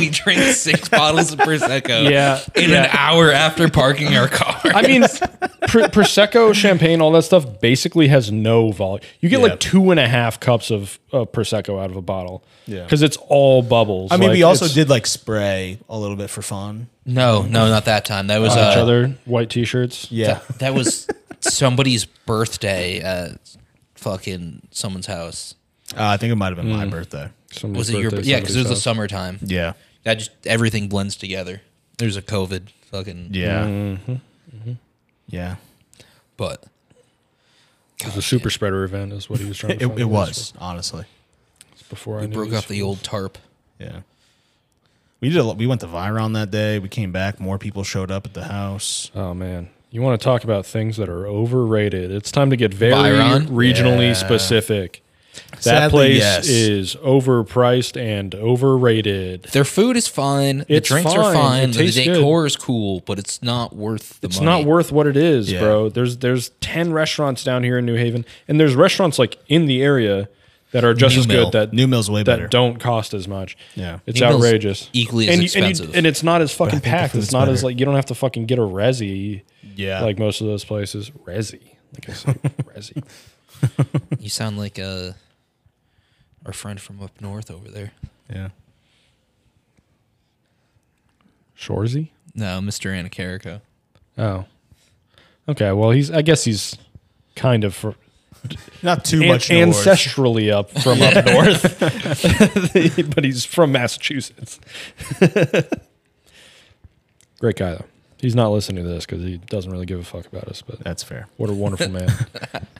S2: we drank six bottles of prosecco
S3: Yeah,
S2: in an
S3: yeah.
S2: hour after parking our car
S3: I mean, pr- prosecco, champagne, all that stuff basically has no volume. You get
S1: Yeah.
S3: like two and a half cups of uh, prosecco out of a bottle.
S1: Yeah.
S3: because it's all bubbles.
S1: I mean,
S3: Like,
S1: we also
S3: it's
S1: did like spray a little bit for fun.
S2: No, no, not that time. That was uh,
S3: each other white t-shirts.
S1: Yeah,
S2: That, that was somebody's birthday at fucking someone's house.
S1: uh, I think it might have been
S3: Mm.
S1: my birthday.
S2: Was it your? Yeah, because it was the summertime.
S1: Yeah,
S2: That just everything blends together. There's a COVID fucking.
S1: yeah,
S3: Mm-hmm.
S1: yeah.
S2: But
S3: a super spreader event, is what he was trying.
S1: It,
S3: to find
S1: it was honestly.
S3: before I
S2: we
S3: knew
S2: broke
S3: these
S2: off the old tarp.
S1: Yeah. We did. A, lot- we went to Viron that day. We came back. More people showed up at the house.
S3: Oh man, you want to talk about things that are overrated? It's time to get very
S2: Byron?
S3: regionally
S1: Yeah.
S3: specific. That
S1: Sadly,
S3: place
S1: yes.
S3: is overpriced and overrated.
S2: Their food is fine. the
S3: It's
S2: drinks
S3: fine,
S2: are
S3: it
S2: fine. The
S3: tastes good.
S2: decor is cool, but it's not worth the
S3: It's
S2: money.
S3: not worth what it is,
S1: Yeah.
S3: bro. There's there's ten restaurants down here in New Haven, and there's restaurants like in the area that are just
S1: New
S3: as
S1: Mill.
S3: good that
S1: New Mill's way
S3: that
S1: better.
S3: don't cost as much.
S1: Yeah.
S3: it's
S2: New Mill's
S3: outrageous.
S2: equally as
S3: and you- And,
S2: expensive.
S3: you, and it's not as fucking
S1: think the
S3: packed. It's
S1: food's
S3: not as
S1: better.
S3: like you don't have to fucking get a resi.
S1: Yeah.
S3: like most of those places, resi. Like I said, resi.
S2: You sound like uh, our friend from up north over there.
S1: Yeah.
S3: Shorzy.
S2: No, Mr. Anacarico.
S3: Oh. Okay. Well, he's. I guess he's kind of fr-
S1: Not too
S3: an-
S1: much north.
S3: ancestrally up from up north, but he's from Massachusetts. Great guy though. He's not listening to this because he doesn't really give a fuck about us. But
S1: That's fair.
S3: what a wonderful man.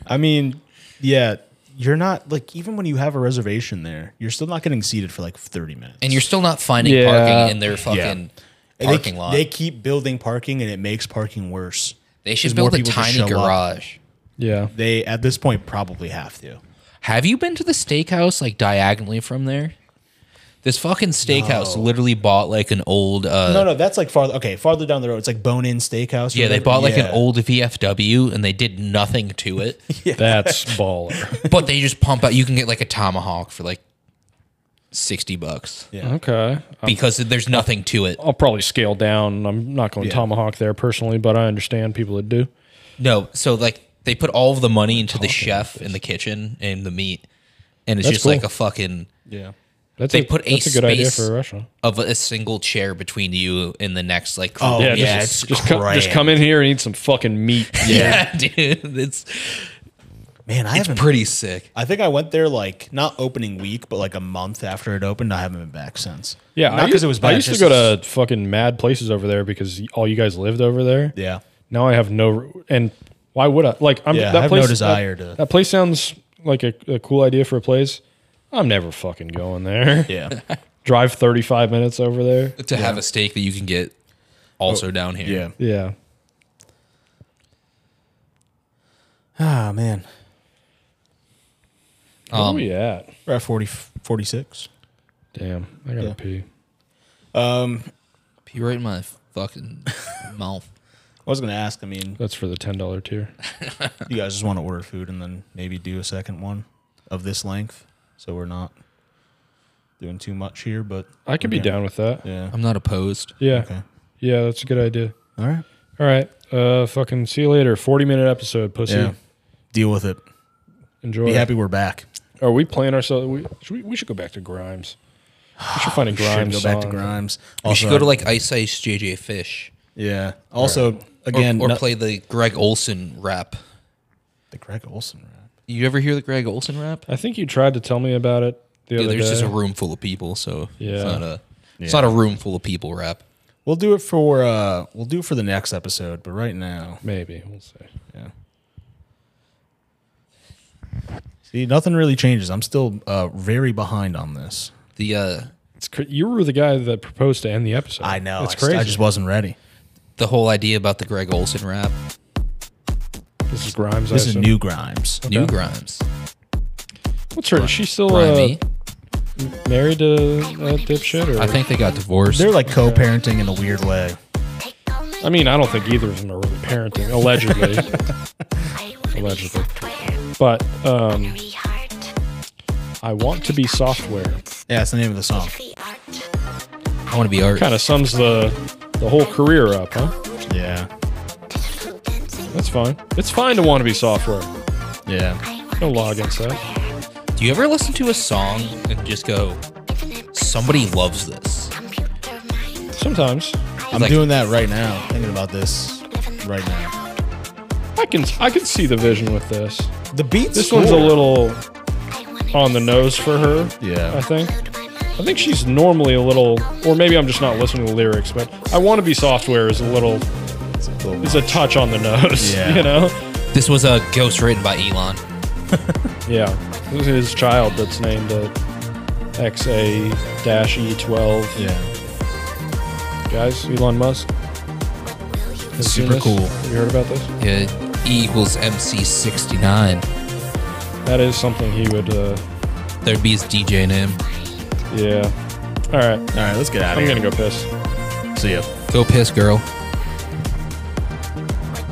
S1: I mean, yeah. You're not like even when you have a reservation there, you're still not getting seated for like 30 minutes.
S2: And you're still not finding
S3: Yeah.
S2: parking in their fucking
S1: And they,
S2: parking lot.
S1: They keep building parking, and it makes parking worse.
S2: They
S1: Because
S2: should
S1: more
S2: build a
S1: people just
S2: tiny
S1: show up.
S2: garage.
S3: Yeah.
S1: They at this point probably have to.
S2: Have you been to the steakhouse like diagonally from there? This fucking steakhouse literally bought like an old. Uh,
S1: No, no, that's like farther. Okay, farther down the road, it's like Bone In Steakhouse. or
S2: yeah, they
S1: whatever.
S2: bought like
S1: Yeah.
S2: an old VFW and they did nothing to it,
S3: That's baller.
S2: but they just pump out. You can get like a tomahawk for like sixty bucks
S1: Yeah.
S3: Okay.
S1: Oh.
S2: because there's nothing to it.
S3: I'll probably scale down. I'm not going
S1: Yeah.
S3: tomahawk there personally, but I understand people that do.
S2: No, so like they put all of the money into the chef and the kitchen and the meat, and it's
S3: That's
S2: just like
S3: cool.
S2: a fucking
S1: Yeah.
S3: That's
S2: They
S3: a,
S2: put a
S3: that's a good idea
S2: space-
S3: for a restaurant.
S2: of a single chair between you and the next like.
S1: Oh,
S2: group.
S1: Yeah,
S3: just,
S1: it's
S3: just, come, just
S1: grand.
S3: come in here and eat some fucking meat.
S2: yeah, dude, it's
S1: Man, I
S2: it's
S1: haven't.
S2: pretty sick.
S1: I think I went there like not opening week, but like a month after it opened. I haven't been back since.
S3: Yeah, I
S1: not because
S3: used-
S1: it was bad.
S3: I used to
S1: just-
S3: go to fucking mad places over there because all you guys lived over there.
S1: Yeah.
S3: Now I have no, and why would I? Like, I'm
S1: Yeah, I
S3: that
S1: have no
S3: place.
S1: desire
S3: that,
S1: to-
S3: That place sounds like a, a cool idea for a place. I'm never fucking going there.
S1: Yeah.
S3: Drive 35 minutes over there.
S2: to have a steak that you can get also down here.
S1: Oh, yeah.
S3: Yeah,
S1: Ah, man.
S2: Um,
S3: where are we at?
S1: We're at 40, 46.
S3: Damn, I gotta
S1: yeah.
S3: pee.
S1: Um,
S2: Pee right in my fucking mouth.
S1: I was going to ask. I mean,
S3: That's for the ten dollar tier.
S1: you guys just want to order food and then maybe do a second one of this length. So we're not doing too much here, but
S3: I could be
S1: Okay.
S3: down with that.
S1: yeah.
S2: I'm not opposed.
S3: Yeah,
S1: Okay.
S3: yeah, that's a good idea.
S1: All right.
S3: All right, uh, fucking see you later. 40 minute episode, pussy.
S1: Yeah. Deal with it.
S3: Enjoy.
S1: Be happy we're back.
S3: Are we playing ourselves? We should, we, we should go back to Grimes. We should find a
S1: Should
S3: Grimes.
S1: go back to
S3: song.
S1: Grimes.
S2: we should go to like Ice Ice JJ Fish.
S1: Yeah. Also,
S2: Or,
S1: again,
S2: or
S1: no-
S2: play the Greg Olson rap.
S1: the Greg Olson rap.
S2: You ever hear the Greg Olson rap?
S3: I think you tried to tell me about it the
S2: Dude,
S3: other
S2: there's
S3: day.
S2: just a room full of people, so
S3: Yeah.
S2: it's not a it's not a room full of people rap.
S1: We'll do it for uh we'll do it for the next episode, but right now,
S3: Maybe we'll see.
S1: yeah. See, nothing really changes. I'm still uh very behind on this.
S2: The uh
S3: It's cra- you were the guy that proposed to end the episode.
S1: I know.
S3: It's
S1: I, just-
S3: crazy.
S1: I just wasn't ready.
S2: the whole idea about the Greg Olson rap,
S3: this is Grimes. I
S1: This is
S3: assume.
S1: new Grimes.
S2: New Grimes,
S3: What's her? Is she still uh,
S2: Grimy.
S3: married to a dipshit? Or
S2: I think they got divorced.
S1: They're like co-parenting in a weird way.
S3: I mean, I don't think either of them are really parenting, allegedly.
S4: Allegedly.
S3: but um,
S4: Want
S3: I want to be software.
S1: Yeah, that's the name of the song.
S2: I want to be art.
S3: Kind of sums the the whole career up, huh?
S1: Yeah,
S3: That's fine. It's fine to want to be software.
S1: yeah.
S3: No law against that.
S2: Do you ever listen to a song and just go, somebody loves this?
S3: Sometimes
S1: I'm
S2: like-
S1: doing that right now. Thinking about this right now.
S3: I can I can see the vision with this.
S1: The beats.
S3: This one's a little on the nose for her.
S1: Yeah.
S3: I think. I think she's normally a little, or maybe I'm just not listening to the lyrics, but I want to be software is a little, is a touch on the nose.
S1: Yeah.
S3: You know.
S2: This was a ghost written by Elon.
S3: Yeah. This is his child that's named uh, XA E12.
S1: yeah.
S3: Guys, Elon Musk.
S1: This is super cool.
S3: Have you heard about this?
S2: Yeah, E equals MC sixty nine.
S3: That is something he would. Uh,
S2: There'd be his DJ name.
S3: yeah. All right.
S1: All right, let's get out of
S3: I'm
S1: here.
S3: gonna go piss.
S1: See ya.
S2: Go piss, girl.